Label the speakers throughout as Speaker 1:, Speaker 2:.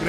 Speaker 1: Good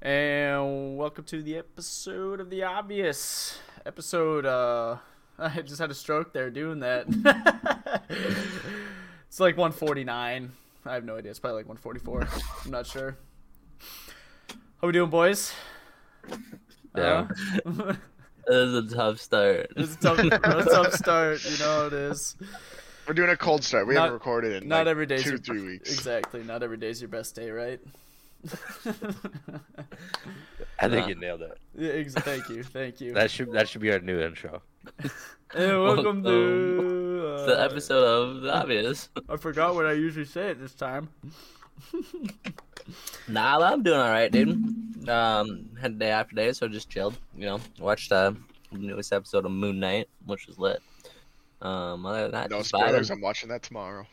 Speaker 2: And welcome to the episode of the obvious episode. Uh, I just had a stroke there doing that. it's like 149. I have no idea. It's probably like 144. I'm not sure. How we doing, boys?
Speaker 3: Yeah.
Speaker 2: Uh,
Speaker 3: It was a tough start.
Speaker 2: it's a tough, it's a tough start. You know how it is.
Speaker 4: We're doing a cold start. We
Speaker 2: Not-
Speaker 4: haven't recorded in
Speaker 2: Not
Speaker 4: like
Speaker 2: every day's
Speaker 4: two
Speaker 2: your-
Speaker 4: three weeks.
Speaker 2: Exactly. Not every day's your best day, right?
Speaker 5: I think
Speaker 3: Nah.
Speaker 5: you nailed it.
Speaker 2: Yeah, ex- thank you. Thank you.
Speaker 5: That should that should be our new intro.
Speaker 2: And welcome to uh,
Speaker 3: It's um, the episode of the obvious.
Speaker 2: I forgot what I usually say at this time.
Speaker 3: nah, I'm doing all right, dude. Um, had a day after day, so just chilled. You know, watched uh, the newest episode of Moon Knight, which was lit. Um, other than that,
Speaker 4: No
Speaker 3: just vibing.
Speaker 4: spoilers. I'm watching that tomorrow.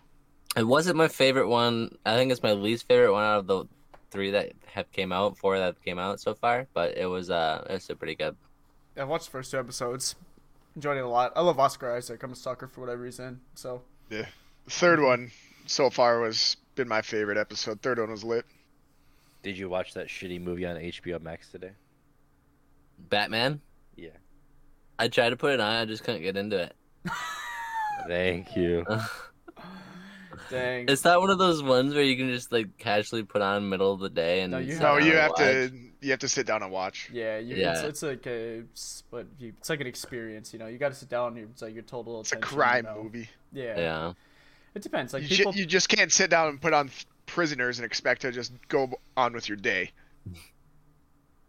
Speaker 3: It wasn't my favorite one. I think it's my least favorite one out of the three that have came out, four that have came out so far. But it was uh, it was still pretty good.
Speaker 2: I watched the first two episodes. Enjoyed it a lot. I love Oscar Isaac. I'm a sucker for whatever he's in. So
Speaker 4: Yeah. The third one so far was been my favorite episode. Third one was lit.
Speaker 5: Did you watch that shitty movie on HBO Max today?
Speaker 3: Batman.
Speaker 5: Yeah.
Speaker 3: I tried to put it on, I just couldn't get into it.
Speaker 5: Thank you.
Speaker 2: dang.
Speaker 3: It's not one of those ones where you can just like casually put on middle of the day and
Speaker 2: No, you
Speaker 3: sit
Speaker 2: have-
Speaker 3: down
Speaker 4: No, Oh, you
Speaker 3: and
Speaker 4: have
Speaker 3: watch.
Speaker 4: to you have to sit down and watch.
Speaker 2: yeah, you, It's,
Speaker 3: Yeah.
Speaker 2: it's like a split view. It's like an experience. You know, you got to sit down. And you're, it's like your total.
Speaker 4: It's a
Speaker 2: attention,
Speaker 4: crime
Speaker 2: you know?
Speaker 4: movie.
Speaker 2: Yeah.
Speaker 3: Yeah.
Speaker 2: It depends. Like
Speaker 4: you, ju-
Speaker 2: people.
Speaker 4: you just can't sit down and put on th- prisoners and expect to just go b- on with your day.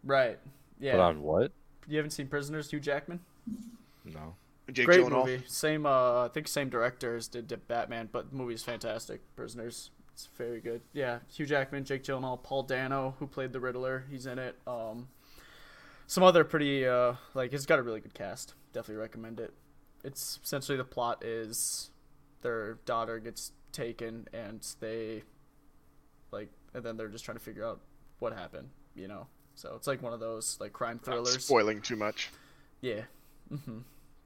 Speaker 2: Right. Yeah.
Speaker 5: But on what?
Speaker 2: You haven't seen Prisoners, Hugh Jackman?
Speaker 5: No.
Speaker 4: Jake
Speaker 2: Great
Speaker 4: Gyllenhaal.
Speaker 2: movie. Same. Uh, I think same director as did Dip Batman, but the movie is fantastic. Prisoners. It's very good. Yeah, Hugh Jackman, Jake Gyllenhaal, Paul Dano, who played the Riddler. He's in it. Um, some other pretty uh, like it's got a really good cast. Definitely recommend it. It's essentially the plot is their daughter gets taken and they like and then they're just trying to figure out what happened. You know, so it's like one of those like crime thrillers.
Speaker 4: Spoiling too much.
Speaker 2: Yeah. hmm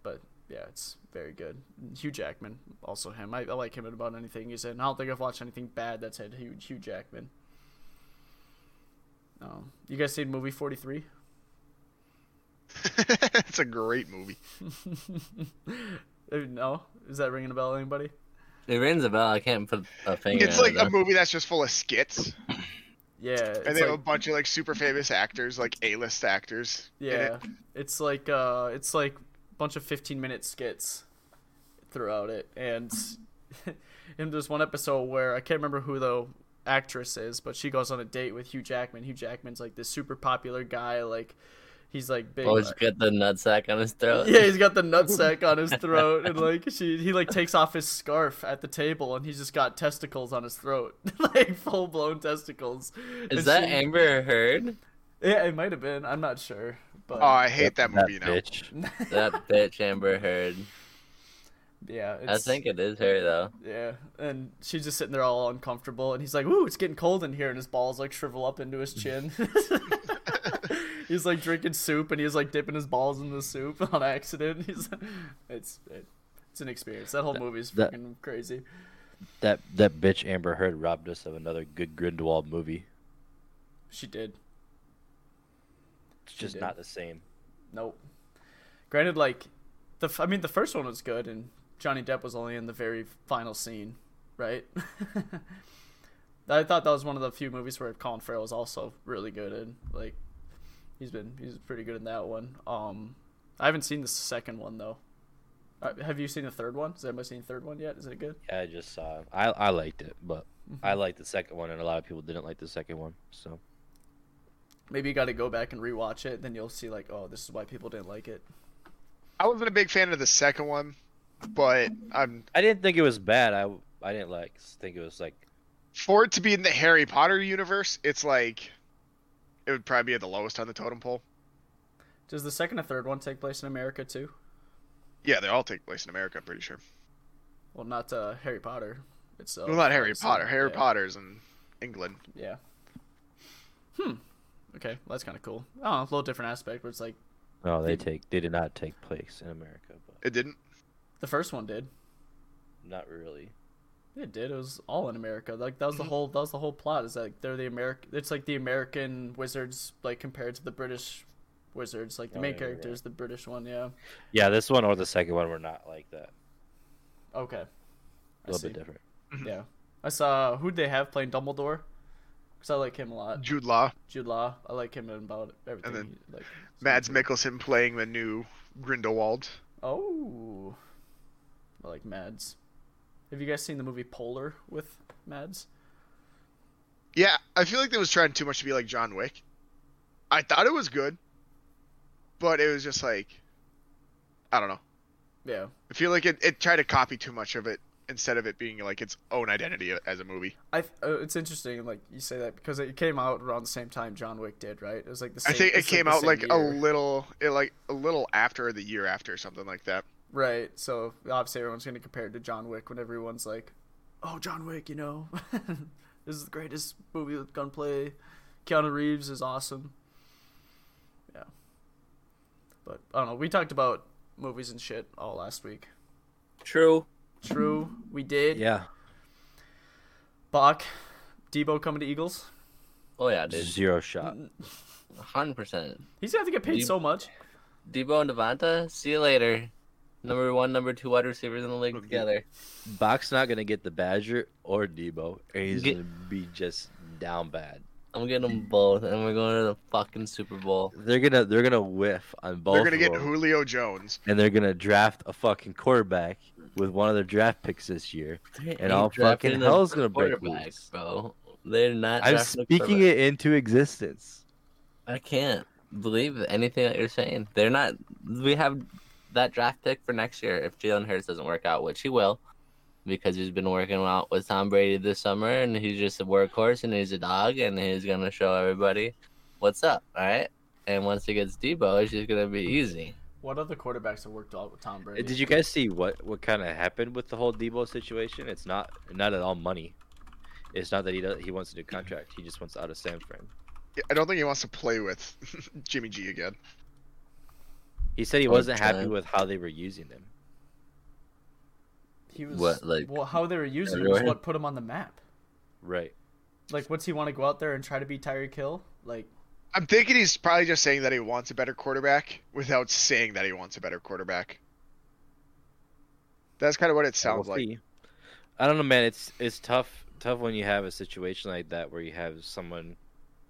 Speaker 2: But yeah, it's very good. Hugh Jackman, also him. I, I like him in about anything he's in. I don't think I've watched anything bad that's had Hugh, Hugh Jackman. Um, you guys seen movie 43?
Speaker 4: it's a great movie.
Speaker 2: Uh, No? Is that ringing a bell to anybody?
Speaker 3: It rings a bell. I can't put a finger.
Speaker 4: It's
Speaker 3: on
Speaker 4: like
Speaker 3: it,
Speaker 4: a
Speaker 3: though.
Speaker 4: movie that's just full of skits,
Speaker 2: Yeah. It's
Speaker 4: and they have a
Speaker 2: like,
Speaker 4: bunch of like super famous actors, like A-list actors. in it.
Speaker 2: yeah. It's like uh it's like a bunch of 15-minute skits throughout it and and there's one episode where I can't remember who the actress is, but she goes on a date with Hugh Jackman. Hugh Jackman's like this super popular guy, like he's like big.
Speaker 3: Oh, he's got the nutsack on his throat.
Speaker 2: yeah, he's got the nutsack on his throat, and like she, he like takes off his scarf at the table, and he's just got testicles on his throat, like full blown testicles.
Speaker 3: Is
Speaker 2: And
Speaker 3: that
Speaker 2: she-
Speaker 3: Amber Heard?
Speaker 2: yeah, it might have been. I'm not sure, but
Speaker 4: Oh, I hate that
Speaker 5: That
Speaker 4: movie now.
Speaker 5: bitch.
Speaker 3: That bitch Amber Heard.
Speaker 2: yeah,
Speaker 3: I
Speaker 2: it's-
Speaker 3: think it is her though.
Speaker 2: Yeah, and she's just sitting there all uncomfortable, and he's like, "Ooh, it's getting cold in here," and his balls like shrivel up into his chin. he's like drinking soup, and he's like dipping his balls in the soup on accident. He's, it's it, it's an experience. That whole movie's
Speaker 5: that-
Speaker 2: fucking crazy.
Speaker 5: That that bitch Amber Heard robbed us of another good Grindelwald movie.
Speaker 2: She did.
Speaker 5: It's just
Speaker 2: did.
Speaker 5: not the same.
Speaker 2: Nope. Granted, like the f- I mean, the first one was good, and Johnny Depp was only in the very final scene, right? I thought that was one of the few movies where Colin Farrell was also really good in. Like, he's been he's pretty good in that one. Um, I haven't seen the second one though. Uh, have you seen the third one? Has anybody seen the third one yet? Is it good?
Speaker 5: Yeah, I just saw. I I Mm-hmm. liked it, but I liked the second one, and a lot of people didn't like the second one. So
Speaker 2: Maybe you got to go back and rewatch it, then you'll see like, oh, this is why people didn't like it.
Speaker 4: I wasn't a big fan of the second one, but um, I'm
Speaker 5: I didn't think it was bad. I I didn't like think it was like
Speaker 4: for it to be in the Harry Potter universe. It's like it would probably be at the lowest on the totem pole.
Speaker 2: Does the second and third one take place in America too?
Speaker 4: Yeah, they all take place in America. I'm pretty sure.
Speaker 2: Well, not uh, Harry Potter itself.
Speaker 4: well, not Harry
Speaker 2: obviously.
Speaker 4: Potter.
Speaker 2: Oh,
Speaker 4: Harry
Speaker 2: yeah.
Speaker 4: Potter's in England.
Speaker 2: Yeah. Hmm. Okay, well, that's kind of cool. Oh, a little different aspect, but it's like
Speaker 5: no, they take they did not take place in America, but
Speaker 4: It didn't.
Speaker 2: the first one did.
Speaker 5: not really.
Speaker 2: It did. It was all in America. Like that was
Speaker 4: Mm-hmm.
Speaker 2: the whole. That was the whole plot. Is like they're the American. It's like the American wizards, like compared to the British wizards. Like the
Speaker 5: Oh,
Speaker 2: main
Speaker 5: yeah, yeah,
Speaker 2: character is the British one. Yeah.
Speaker 5: Yeah, this one or the second one were not like that.
Speaker 2: Okay.
Speaker 5: A little bit different.
Speaker 4: Mm-hmm.
Speaker 2: Yeah. I saw who'd they have playing Dumbledore, because I like him a lot.
Speaker 4: Jude Law,
Speaker 2: Jude Law. I like him in about everything.
Speaker 4: then
Speaker 2: he- like
Speaker 4: Mads Mikkelsen playing the new Grindelwald.
Speaker 2: Oh. I like Mads. Have you guys seen the movie Polar with Mads?
Speaker 4: Yeah, I feel like they was trying too much to be like John Wick. I thought it was good, but it was just like, I don't know.
Speaker 2: Yeah.
Speaker 4: I feel like it, it tried to copy too much of it instead of it being like its own identity as a movie.
Speaker 2: I th- uh, it's interesting like you say that because it came out around the same time John Wick did, right? It was like the same
Speaker 4: I think it
Speaker 2: it's,
Speaker 4: came
Speaker 2: the
Speaker 4: out
Speaker 2: same
Speaker 4: like a
Speaker 2: year.
Speaker 4: little, it like a little after the year after or something like that.
Speaker 2: right. So obviously everyone's gonna compare it to John Wick when everyone's like, "Oh, John Wick, you know, this is the greatest movie with gunplay. Keanu Reeves is awesome." Yeah. But I don't know. We talked about movies and shit all last week.
Speaker 3: True.
Speaker 2: True, we did.
Speaker 5: Yeah,
Speaker 2: Bach, Debo coming to Eagles.
Speaker 3: Oh yeah, dude.
Speaker 5: zero shot.
Speaker 3: Hundred percent.
Speaker 2: He's gonna have to get paid
Speaker 3: Debo-
Speaker 2: so much.
Speaker 3: Debo and Devonta. See you later. Number one, number two wide receivers in the league together.
Speaker 5: Bach's not gonna get the Badger or Debo, and he's
Speaker 3: Get-
Speaker 5: gonna be just down bad.
Speaker 3: I'm getting them both, and we're going to the fucking Super Bowl.
Speaker 5: They're gonna they're gonna whiff on both.
Speaker 4: They're gonna
Speaker 5: of
Speaker 4: get
Speaker 5: them,
Speaker 4: Julio Jones.
Speaker 5: and they're gonna draft a fucking quarterback with one of their draft picks this year.
Speaker 3: They
Speaker 5: And
Speaker 3: ain't
Speaker 5: all
Speaker 3: drafting
Speaker 5: fucking
Speaker 3: a
Speaker 5: hell's gonna break
Speaker 3: quarterback,
Speaker 5: loose.
Speaker 3: bro. They're not.
Speaker 5: I'm
Speaker 3: drafting a
Speaker 5: speaking
Speaker 3: quarterback.
Speaker 5: it into existence.
Speaker 3: I can't believe anything that you're saying. They're not. We have that draft pick for next year if Jalen Hurts doesn't work out, which he will, because he's been working out with Tom Brady this summer, and he's just a workhorse, and he's a dog, and he's gonna show everybody what's up. All right. And once he gets Debo, it's just gonna be easy.
Speaker 2: What other quarterbacks have worked out with Tom Brady?
Speaker 5: Did you guys see what what kind of happened with the whole Debo situation? It's not not at all money. It's not that he does, he wants to do contract. He just wants out of San Fran.
Speaker 4: I don't think he wants to play with Jimmy G again.
Speaker 5: He said he
Speaker 3: Oh,
Speaker 5: wasn't happy
Speaker 3: Chad.
Speaker 5: with how they were using him.
Speaker 2: He was
Speaker 3: What, like,
Speaker 2: well, how they were using him
Speaker 3: everywhere?
Speaker 2: is what put him on the map.
Speaker 5: Right.
Speaker 2: Like, what's he want to go out there and try to be Tyreek Hill? Like,
Speaker 4: I'm thinking he's probably just saying that he wants a better quarterback without saying that he wants a better quarterback. That's kind of what it sounds
Speaker 5: We'll
Speaker 4: like.
Speaker 5: see. I don't know, man. It's it's tough tough when you have a situation like that where you have someone.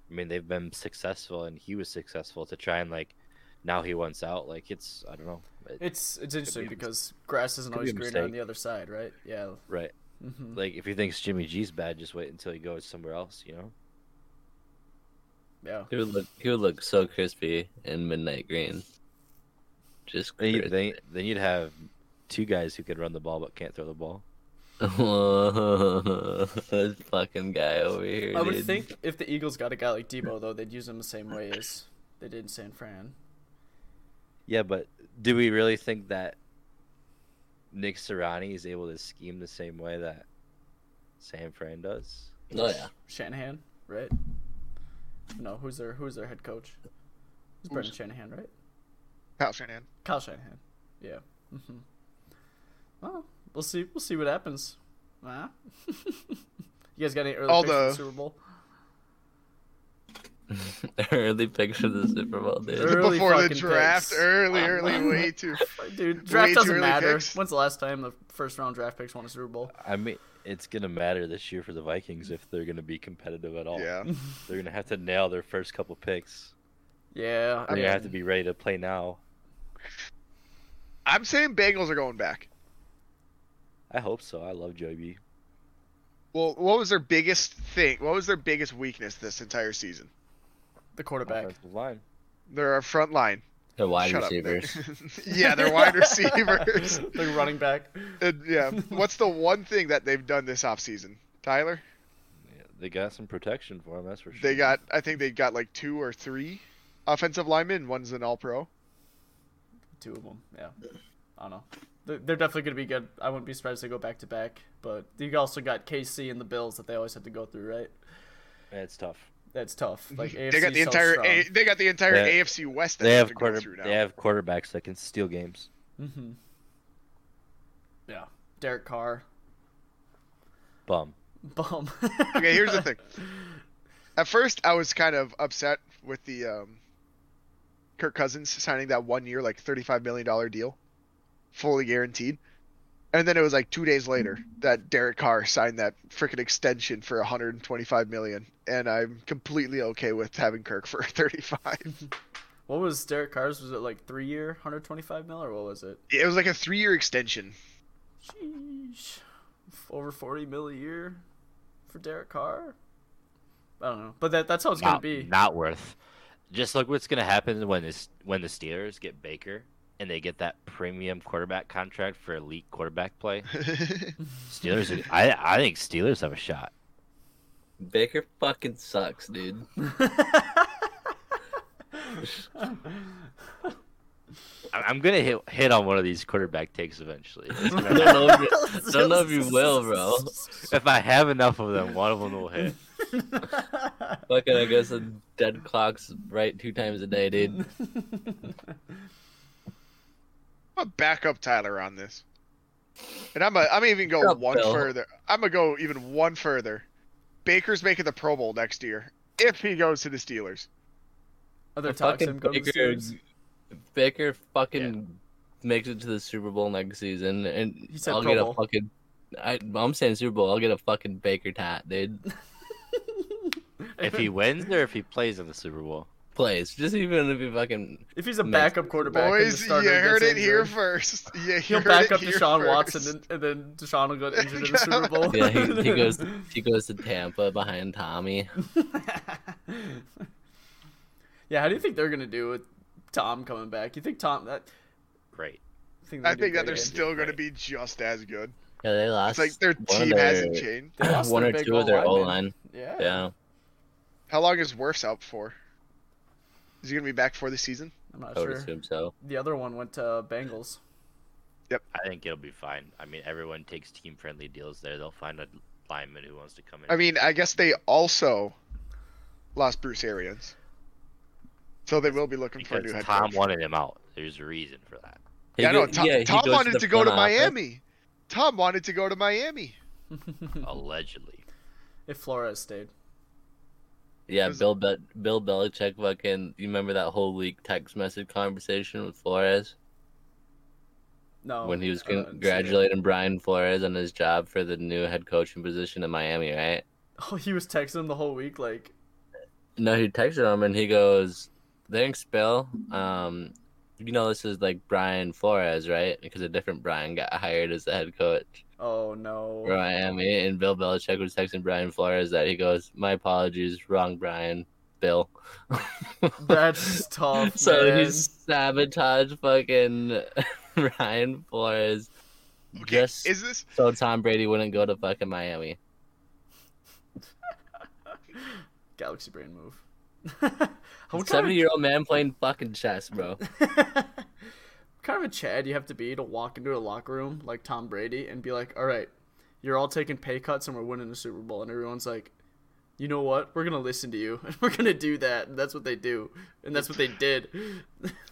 Speaker 5: I mean, they've been successful, and he was successful to try and like. Now he wants out. Like it's I don't know. It-
Speaker 2: it's it's interesting
Speaker 5: be a mis-
Speaker 2: because grass isn't
Speaker 5: could
Speaker 2: always
Speaker 5: be a
Speaker 2: greener on
Speaker 5: mistake.
Speaker 2: the other side, right? Yeah.
Speaker 5: right.
Speaker 2: hmm
Speaker 5: Like if he thinks Jimmy G's bad, just wait until he goes somewhere else. You know.
Speaker 2: Yeah.
Speaker 3: He would look. He would look so crispy in midnight green. Just
Speaker 5: Then, you,
Speaker 3: crispy.
Speaker 5: then, then you'd have two guys who could run the ball but can't throw the ball.
Speaker 3: this fucking guy over here.
Speaker 2: I would
Speaker 3: dude.
Speaker 2: think if the Eagles got a guy like Debo, though, they'd use him the same way as they did in San Fran.
Speaker 5: Yeah, but do we really think that Nick Sirianni is able to scheme the same way that San Fran does?
Speaker 3: Oh yeah.
Speaker 2: Shanahan, right? No, who's their who's their head coach? It's Brendan Shanahan, right?
Speaker 4: Kyle Shanahan.
Speaker 2: Kyle Shanahan. Yeah. hmm Well, we'll see. We'll see what happens. Huh? you guys got any early
Speaker 4: All
Speaker 2: picks for the
Speaker 4: the-
Speaker 2: Super Bowl?
Speaker 3: early picture of the Super Bowl, dude.
Speaker 2: Early
Speaker 4: Before the
Speaker 2: fucking
Speaker 4: draft,
Speaker 2: picks.
Speaker 4: early,
Speaker 2: Wow.
Speaker 4: early, way too.
Speaker 2: Dude, draft
Speaker 4: too
Speaker 2: doesn't
Speaker 4: early
Speaker 2: matter.
Speaker 4: picks.
Speaker 2: When's the last time the first round draft picks won a Super Bowl?
Speaker 5: I mean, it's gonna matter this year for the Vikings if they're gonna be competitive at all.
Speaker 4: Yeah.
Speaker 5: they're gonna have to nail their first couple picks.
Speaker 2: Yeah, I
Speaker 5: They're
Speaker 2: mean,
Speaker 5: gonna have to be ready to play now.
Speaker 4: I'm saying Bengals are going back.
Speaker 5: I hope so. I love Joey B.
Speaker 4: Well, what was their biggest thing? What was their biggest weakness this entire season?
Speaker 2: the quarterback.
Speaker 5: offensive line.
Speaker 4: They're our front line.
Speaker 3: They're wide
Speaker 4: Shut up, Nick.
Speaker 3: receivers.
Speaker 4: yeah, they're wide receivers.
Speaker 2: the running back.
Speaker 4: And, yeah. What's the one thing that they've done this offseason? Tyler?
Speaker 5: Yeah, they got some protection for him. That's for sure.
Speaker 4: They got I think they got like two or three offensive linemen, one's an all pro.
Speaker 2: Two of them. Yeah. I don't know. They're- They're definitely going to be good. I wouldn't be surprised if they go back to back. But you also got KC and the Bills that they always have to go through, right?
Speaker 5: It's tough.
Speaker 2: That's tough. Like AFC
Speaker 4: They got the entire
Speaker 2: So
Speaker 4: A, they got the entire
Speaker 5: They-
Speaker 4: AFC West that
Speaker 5: They have
Speaker 4: to go
Speaker 5: quarter.
Speaker 4: through now.
Speaker 5: They have quarterbacks that can steal games.
Speaker 2: mm-hmm. Yeah. Derek Carr.
Speaker 5: Bum.
Speaker 2: Bum.
Speaker 4: okay, here's the thing. At first, I was kind of upset with the um, Kirk Cousins signing that one year, like $35 million deal, fully guaranteed. And then it was like two days later that Derek Carr signed that freaking extension for 125 million, and I'm completely okay with having Kirk for 35.
Speaker 2: What was Derek Carr's? Was it like three year, 125 mil, or what was it?
Speaker 4: it was like a three-year extension.
Speaker 2: Sheesh. Over 40 mil a year for Derek Carr? I don't know. But that, that's how it's going to
Speaker 5: Not,
Speaker 2: be.
Speaker 5: not worth. Just look what's gonna happen when this when the Steelers get Baker and they get that premium quarterback contract for elite quarterback play. Steelers, are, I I think Steelers have a shot.
Speaker 3: Baker fucking sucks, dude.
Speaker 5: I- I'm gonna hit hit on one of these quarterback takes eventually.
Speaker 3: I don't know if you, don't know if you will, bro.
Speaker 5: if I have enough of them, one of them will hit.
Speaker 3: Fucking, I guess the dead clock's right two times a day, dude.
Speaker 4: I'm gonna back up Tyler on this, and I'm a, I'm gonna even go
Speaker 3: Up,
Speaker 4: one
Speaker 3: Bill.
Speaker 4: further. I'm gonna go even one further. Baker's making the Pro Bowl next year if he goes to the Steelers.
Speaker 2: Other talks him
Speaker 3: Fucking
Speaker 2: go to the
Speaker 3: Baker,
Speaker 2: Steelers.
Speaker 3: Baker fucking makes it to the Super Bowl next season, and
Speaker 2: He said
Speaker 3: I'll
Speaker 2: Pro
Speaker 3: get
Speaker 2: Bowl.
Speaker 3: a fucking. I, I'm saying Super Bowl. I'll get a fucking Baker tat, dude.
Speaker 5: If he wins or if he plays in the Super Bowl.
Speaker 3: Plays just even if he fucking
Speaker 2: If he's a
Speaker 3: Makes-
Speaker 2: backup quarterback, and the
Speaker 4: Boys, you
Speaker 2: starter
Speaker 4: heard
Speaker 2: gets
Speaker 4: it here
Speaker 2: injured,
Speaker 4: first. You
Speaker 2: He'll
Speaker 4: heard
Speaker 2: back
Speaker 4: it
Speaker 2: up
Speaker 4: here
Speaker 2: Deshaun
Speaker 4: first.
Speaker 2: Watson, and, and then Deshaun will get injured in the Super Bowl.
Speaker 3: yeah he, he goes he goes to Tampa behind Tommy.
Speaker 2: yeah, how do you think they're gonna do with Tom coming back? You think Tom? That,
Speaker 5: Great.
Speaker 2: I think, they're
Speaker 4: I
Speaker 2: gonna
Speaker 4: think that
Speaker 2: do
Speaker 4: they're
Speaker 2: great.
Speaker 4: still going to be just as good.
Speaker 3: Yeah, they
Speaker 4: It's
Speaker 3: lost.
Speaker 4: like their
Speaker 3: one of
Speaker 4: team hasn't
Speaker 3: their-
Speaker 4: changed.
Speaker 2: They lost
Speaker 3: One
Speaker 2: their
Speaker 3: or
Speaker 2: big
Speaker 3: two of their O
Speaker 2: O-linemen.
Speaker 3: line.
Speaker 2: Yeah.
Speaker 3: Yeah,
Speaker 4: How long is Worf's out for? Is he going to be back for the season?
Speaker 2: I'm not
Speaker 3: I would
Speaker 2: sure.
Speaker 3: assume so.
Speaker 2: The other one went to Bengals.
Speaker 5: I think it'll be fine. I mean, everyone takes team friendly deals there. They'll find a lineman who wants to come in.
Speaker 4: I mean, I guess they also lost Bruce Arians. So they will be looking for a new
Speaker 5: because
Speaker 4: head
Speaker 5: Tom
Speaker 4: coach.
Speaker 5: wanted him out. There's a reason for that.
Speaker 3: He
Speaker 4: yeah, no,
Speaker 3: go-
Speaker 4: Tom,
Speaker 3: yeah, he
Speaker 4: Tom
Speaker 3: goes
Speaker 4: wanted
Speaker 3: the
Speaker 4: to go to
Speaker 3: front office.
Speaker 4: Miami. Tom wanted to go to Miami.
Speaker 5: Allegedly.
Speaker 2: If Flores stayed,
Speaker 3: Yeah,
Speaker 4: Was-
Speaker 3: Bill Be- Bill Belichick fucking. You remember that whole week text message conversation with Flores
Speaker 4: Oh
Speaker 2: no. uh,
Speaker 3: when he was
Speaker 2: I don't see it.
Speaker 3: congratulating Brian Flores on his job for the new head coaching position in Miami, right?
Speaker 2: Oh, he was texting him the whole week. Like,
Speaker 3: No, he texted him and he goes, "Thanks, Bill. Um, you know this is like Brian Flores, right? Because a different Brian got hired as the head coach
Speaker 2: oh no.
Speaker 3: for Miami, and Bill Belichick was texting Brian Flores that he goes, "My apologies, wrong Brian, Bill."
Speaker 2: That's tough.
Speaker 3: So
Speaker 2: man.
Speaker 3: he sabotaged fucking Ryan Flores
Speaker 4: Okay,
Speaker 3: just
Speaker 4: is this
Speaker 3: so Tom Brady wouldn't go to fucking Miami.
Speaker 2: galaxy brain move. what, kind
Speaker 3: Seventy
Speaker 2: of,
Speaker 3: year old man playing fucking chess, bro.
Speaker 2: kind of a Chad you have to be to walk into a locker room like Tom Brady and be like, "All right, you're all taking pay cuts and we're winning the Super Bowl," and everyone's like. You know what? We're gonna listen to you, and we're gonna do that. And that's what they do, and that's what they did.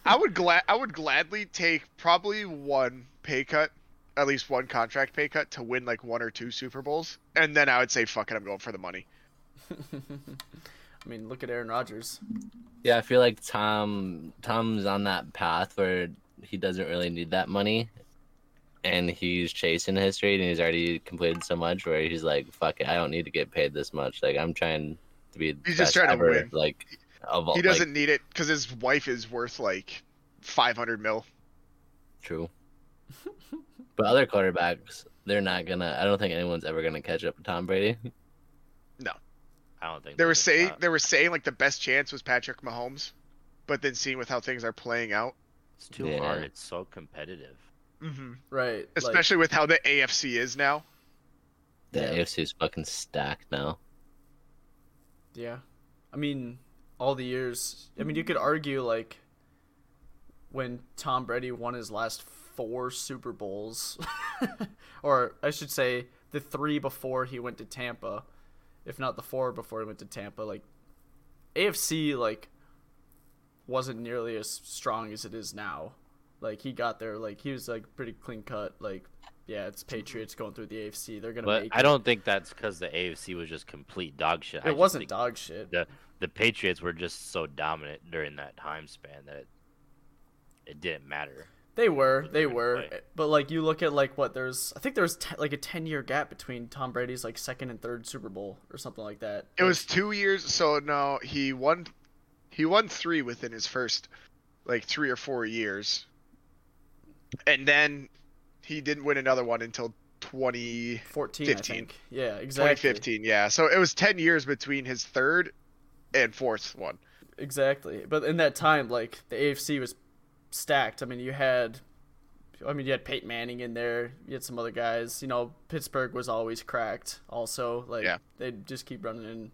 Speaker 4: I would glad I would gladly take probably one pay cut, at least one contract pay cut to win like one or two Super Bowls, and then I would say, "Fuck it, I'm going for the money."
Speaker 2: I mean, look at Aaron Rodgers.
Speaker 3: Yeah, I feel like Tom Tom's on that path where he doesn't really need that money. And he's chasing history and he's already completed so much where he's like, fuck it, I don't need to get paid this much. Like I'm trying to be the
Speaker 4: He's just
Speaker 3: best
Speaker 4: trying to
Speaker 3: ever,
Speaker 4: win.
Speaker 3: like of all
Speaker 4: He
Speaker 3: like,
Speaker 4: doesn't need it because his wife is worth like 500 mil.
Speaker 3: True. but other quarterbacks, they're not gonna. I don't think anyone's ever gonna catch up to Tom Brady.
Speaker 5: I don't think
Speaker 4: They were
Speaker 5: that's a
Speaker 4: saying
Speaker 5: shot.
Speaker 4: they were saying like the best chance was Patrick Mahomes, but then seeing with how things are playing out,
Speaker 5: it's too
Speaker 3: Yeah.
Speaker 5: hard. It's so competitive.
Speaker 4: mm-hmm.
Speaker 2: right? like-
Speaker 4: especially with how the AFC is now.
Speaker 3: The
Speaker 2: Yeah.
Speaker 3: AFC is fucking stacked now.
Speaker 2: Yeah. I mean, all the years. I mean, you could argue like when Tom Brady won his last four Super Bowls, or I should say the three before he went to Tampa, if not the four before he went to Tampa, like AFC like wasn't nearly as strong as it is now. Like he got there, like he was like pretty clean cut. Like, yeah, it's Patriots going through the AFC. They're gonna
Speaker 5: But
Speaker 2: make.
Speaker 5: I don't think that's because the AFC was just complete dog shit. I
Speaker 2: It
Speaker 5: just
Speaker 2: wasn't
Speaker 5: think
Speaker 2: dog shit.
Speaker 5: The the Patriots were just so dominant during that time span that it, it didn't matter.
Speaker 2: They were, they
Speaker 5: gonna
Speaker 2: were,
Speaker 5: play.
Speaker 2: but like you look at like what there's, I think there's te- like a ten year gap between Tom Brady's like second and third Super Bowl or something like that.
Speaker 4: It was two years, so no, he won, he won three within his first, like three or four years, and then he didn't win another one until 20,
Speaker 2: fourteen,
Speaker 4: 15.
Speaker 2: I think. Yeah, exactly.
Speaker 4: 2015. Yeah, so it was ten years between his third and fourth one.
Speaker 2: Exactly. But in that time, like the AFC was stacked. I mean, you had, I mean, you had Peyton Manning in there. You had some other guys. You know, Pittsburgh was always cracked. Also, like
Speaker 4: Yeah.
Speaker 2: they'd just keep running in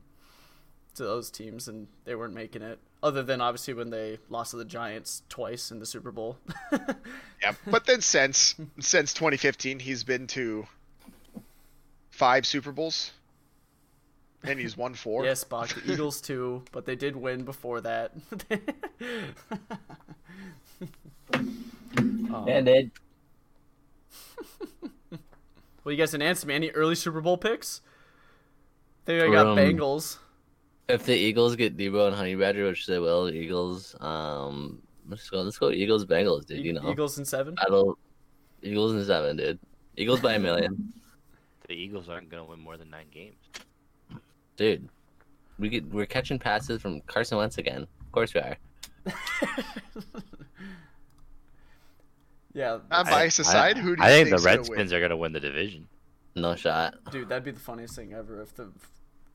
Speaker 2: to those teams, and they weren't making it. Other than obviously when they lost to the Giants twice in the Super Bowl.
Speaker 4: Yeah, but then since since 2015, he's been to five Super Bowls, and he's won four.
Speaker 2: Yes, Bach, the Eagles too, but they did win before that.
Speaker 3: Yeah, dude.
Speaker 2: well, you guys didn't answer me. Any early Super Bowl picks? They already
Speaker 3: Um,
Speaker 2: got Bengals.
Speaker 3: If the Eagles get Debo and Honey Badger, which they will, Eagles. Um, let's go. Let's go. Eagles, Bengals, dude.
Speaker 2: E-
Speaker 3: You know,
Speaker 2: Eagles in seven.
Speaker 3: battle. Eagles and seven, dude. Eagles by a million,
Speaker 5: The Eagles aren't going to win more than nine games.
Speaker 3: dude. We get, we're catching passes from Carson Wentz again. Of course we are.
Speaker 2: Yeah,
Speaker 4: Not
Speaker 5: I-
Speaker 4: biased aside, who do you
Speaker 5: I think the
Speaker 4: think's gonna win?
Speaker 5: Redskins are going to win the division.
Speaker 3: No shot.
Speaker 2: dude, that'd be the funniest thing ever if the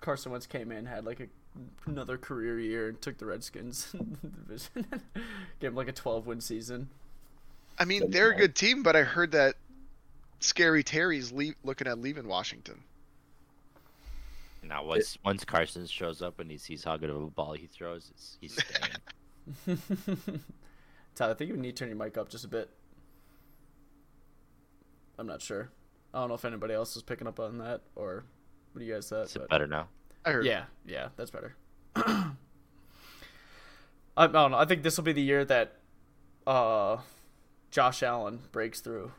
Speaker 2: Carson Wentz came in had like a, another career year and took the Redskins in the division, gave him like a twelve win season.
Speaker 4: I mean,
Speaker 3: Doesn't
Speaker 4: they're a
Speaker 3: matter.
Speaker 4: good team, but I heard that Scary Terry's le- looking at leaving Washington.
Speaker 5: Now, once once Carson shows up and he sees how good of a ball he throws, it's, he's staying.
Speaker 2: Todd, I think you need to turn your mic up just a bit. I'm not sure. I don't know if anybody else is picking up on that or what do you guys
Speaker 5: Is it
Speaker 2: thought. But
Speaker 5: better now?
Speaker 4: I heard.
Speaker 2: yeah, yeah, that's better. I, I don't know. I think this will be the year that uh, Josh Allen breaks through,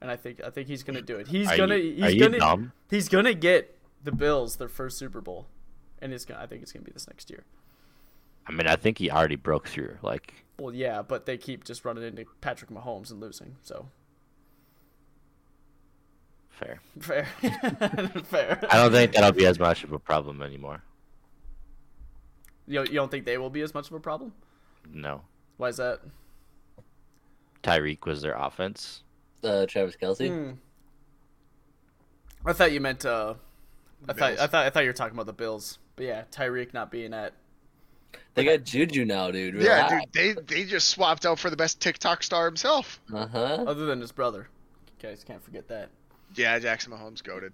Speaker 2: and I think I think he's gonna do it. He's
Speaker 5: Are
Speaker 2: gonna
Speaker 5: you-
Speaker 2: he's
Speaker 5: are you
Speaker 2: gonna
Speaker 5: dumb?
Speaker 2: he's gonna get the Bills their first Super Bowl, and it's gonna I think it's gonna be this next year.
Speaker 5: I mean, I think he already broke through. Like,
Speaker 2: Well, yeah, but they keep just running into Patrick Mahomes and losing. So
Speaker 5: fair.
Speaker 2: Fair. Fair.
Speaker 5: I don't think that'll be as much of a problem anymore.
Speaker 2: You, you don't think they will be as much of a problem?
Speaker 5: No.
Speaker 2: Why is that?
Speaker 5: Tyreek was their offense.
Speaker 3: Uh, Travis Kelsey.
Speaker 4: Hmm.
Speaker 2: I thought you meant. Uh, I thought
Speaker 4: Bills.
Speaker 2: I thought I thought you were talking about the Bills. But yeah, Tyreek not being at.
Speaker 3: They got Juju now, dude.
Speaker 4: Yeah, dude, they they just swapped out for the best TikTok star himself.
Speaker 3: Uh huh.
Speaker 2: Other than his brother, you guys can't forget that.
Speaker 4: Yeah, Jackson Mahomes goaded.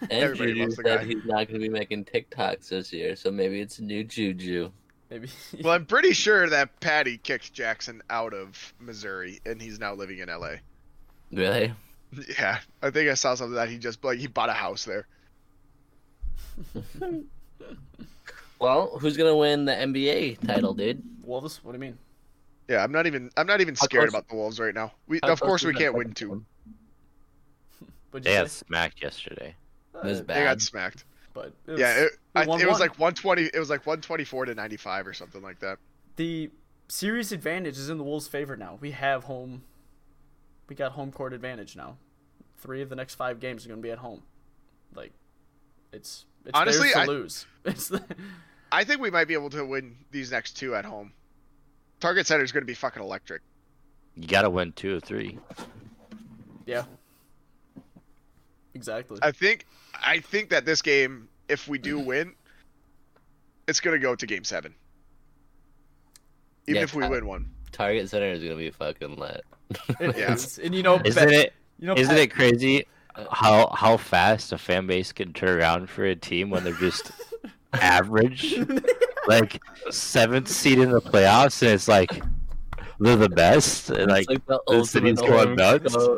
Speaker 3: And
Speaker 4: Everybody
Speaker 3: Juju
Speaker 4: loves the
Speaker 3: said
Speaker 4: guy.
Speaker 3: he's not going to be making TikToks this year, so maybe it's new Juju.
Speaker 2: Maybe.
Speaker 4: Well, I'm pretty sure that Patty kicked Jackson out of Missouri, and he's now living in L.A.
Speaker 3: Really?
Speaker 4: Yeah, I think I saw something that he just like he bought a house there.
Speaker 3: Well, who's going to win the NBA title, dude?
Speaker 2: Wolves. What do you mean?
Speaker 4: Yeah, I'm not even I'm not even scared
Speaker 3: close-
Speaker 4: about the Wolves right now. We
Speaker 3: How
Speaker 4: of
Speaker 3: close
Speaker 4: course
Speaker 3: was
Speaker 4: we
Speaker 3: that
Speaker 4: can't win
Speaker 3: second
Speaker 4: two.
Speaker 3: one?
Speaker 2: What'd
Speaker 5: They
Speaker 2: you
Speaker 5: got
Speaker 2: say?
Speaker 5: smacked yesterday.
Speaker 3: It was
Speaker 2: Uh,
Speaker 4: They
Speaker 3: bad.
Speaker 4: got smacked.
Speaker 2: But it was,
Speaker 4: yeah, it,
Speaker 2: we
Speaker 4: I,
Speaker 2: won
Speaker 4: it was
Speaker 2: one.
Speaker 4: like 120. It was like 124 to 95 or something like that.
Speaker 2: the series advantage is in the Wolves' favor now. We have home. We got home court advantage now. Three of the next five games are going to be at home. Like, it's it's
Speaker 4: Honestly,
Speaker 2: theirs to
Speaker 4: I-
Speaker 2: lose. It's the,
Speaker 4: I think we might be able to win these next two at home. Target Center is going to be fucking electric.
Speaker 5: You got to win two or three.
Speaker 2: yeah. Exactly.
Speaker 4: I think I think that this game, if we do win, it's gonna go to game seven. Even
Speaker 3: Yeah,
Speaker 4: if we
Speaker 3: Tyler.
Speaker 4: win one.
Speaker 3: Target Center is gonna be fucking lit.
Speaker 2: It
Speaker 4: Yeah.
Speaker 2: is. and you know,
Speaker 5: Isn't
Speaker 2: Be-
Speaker 5: it?
Speaker 2: You know,
Speaker 5: Isn't
Speaker 2: Pat-
Speaker 5: it crazy uh, how how fast a fan base can turn around for a team when they're just average, like seventh seed in the playoffs, and it's like they're the best, and like,
Speaker 3: It's the
Speaker 5: the city's
Speaker 3: ultimate
Speaker 5: going
Speaker 3: home-
Speaker 5: nuts.
Speaker 3: uh,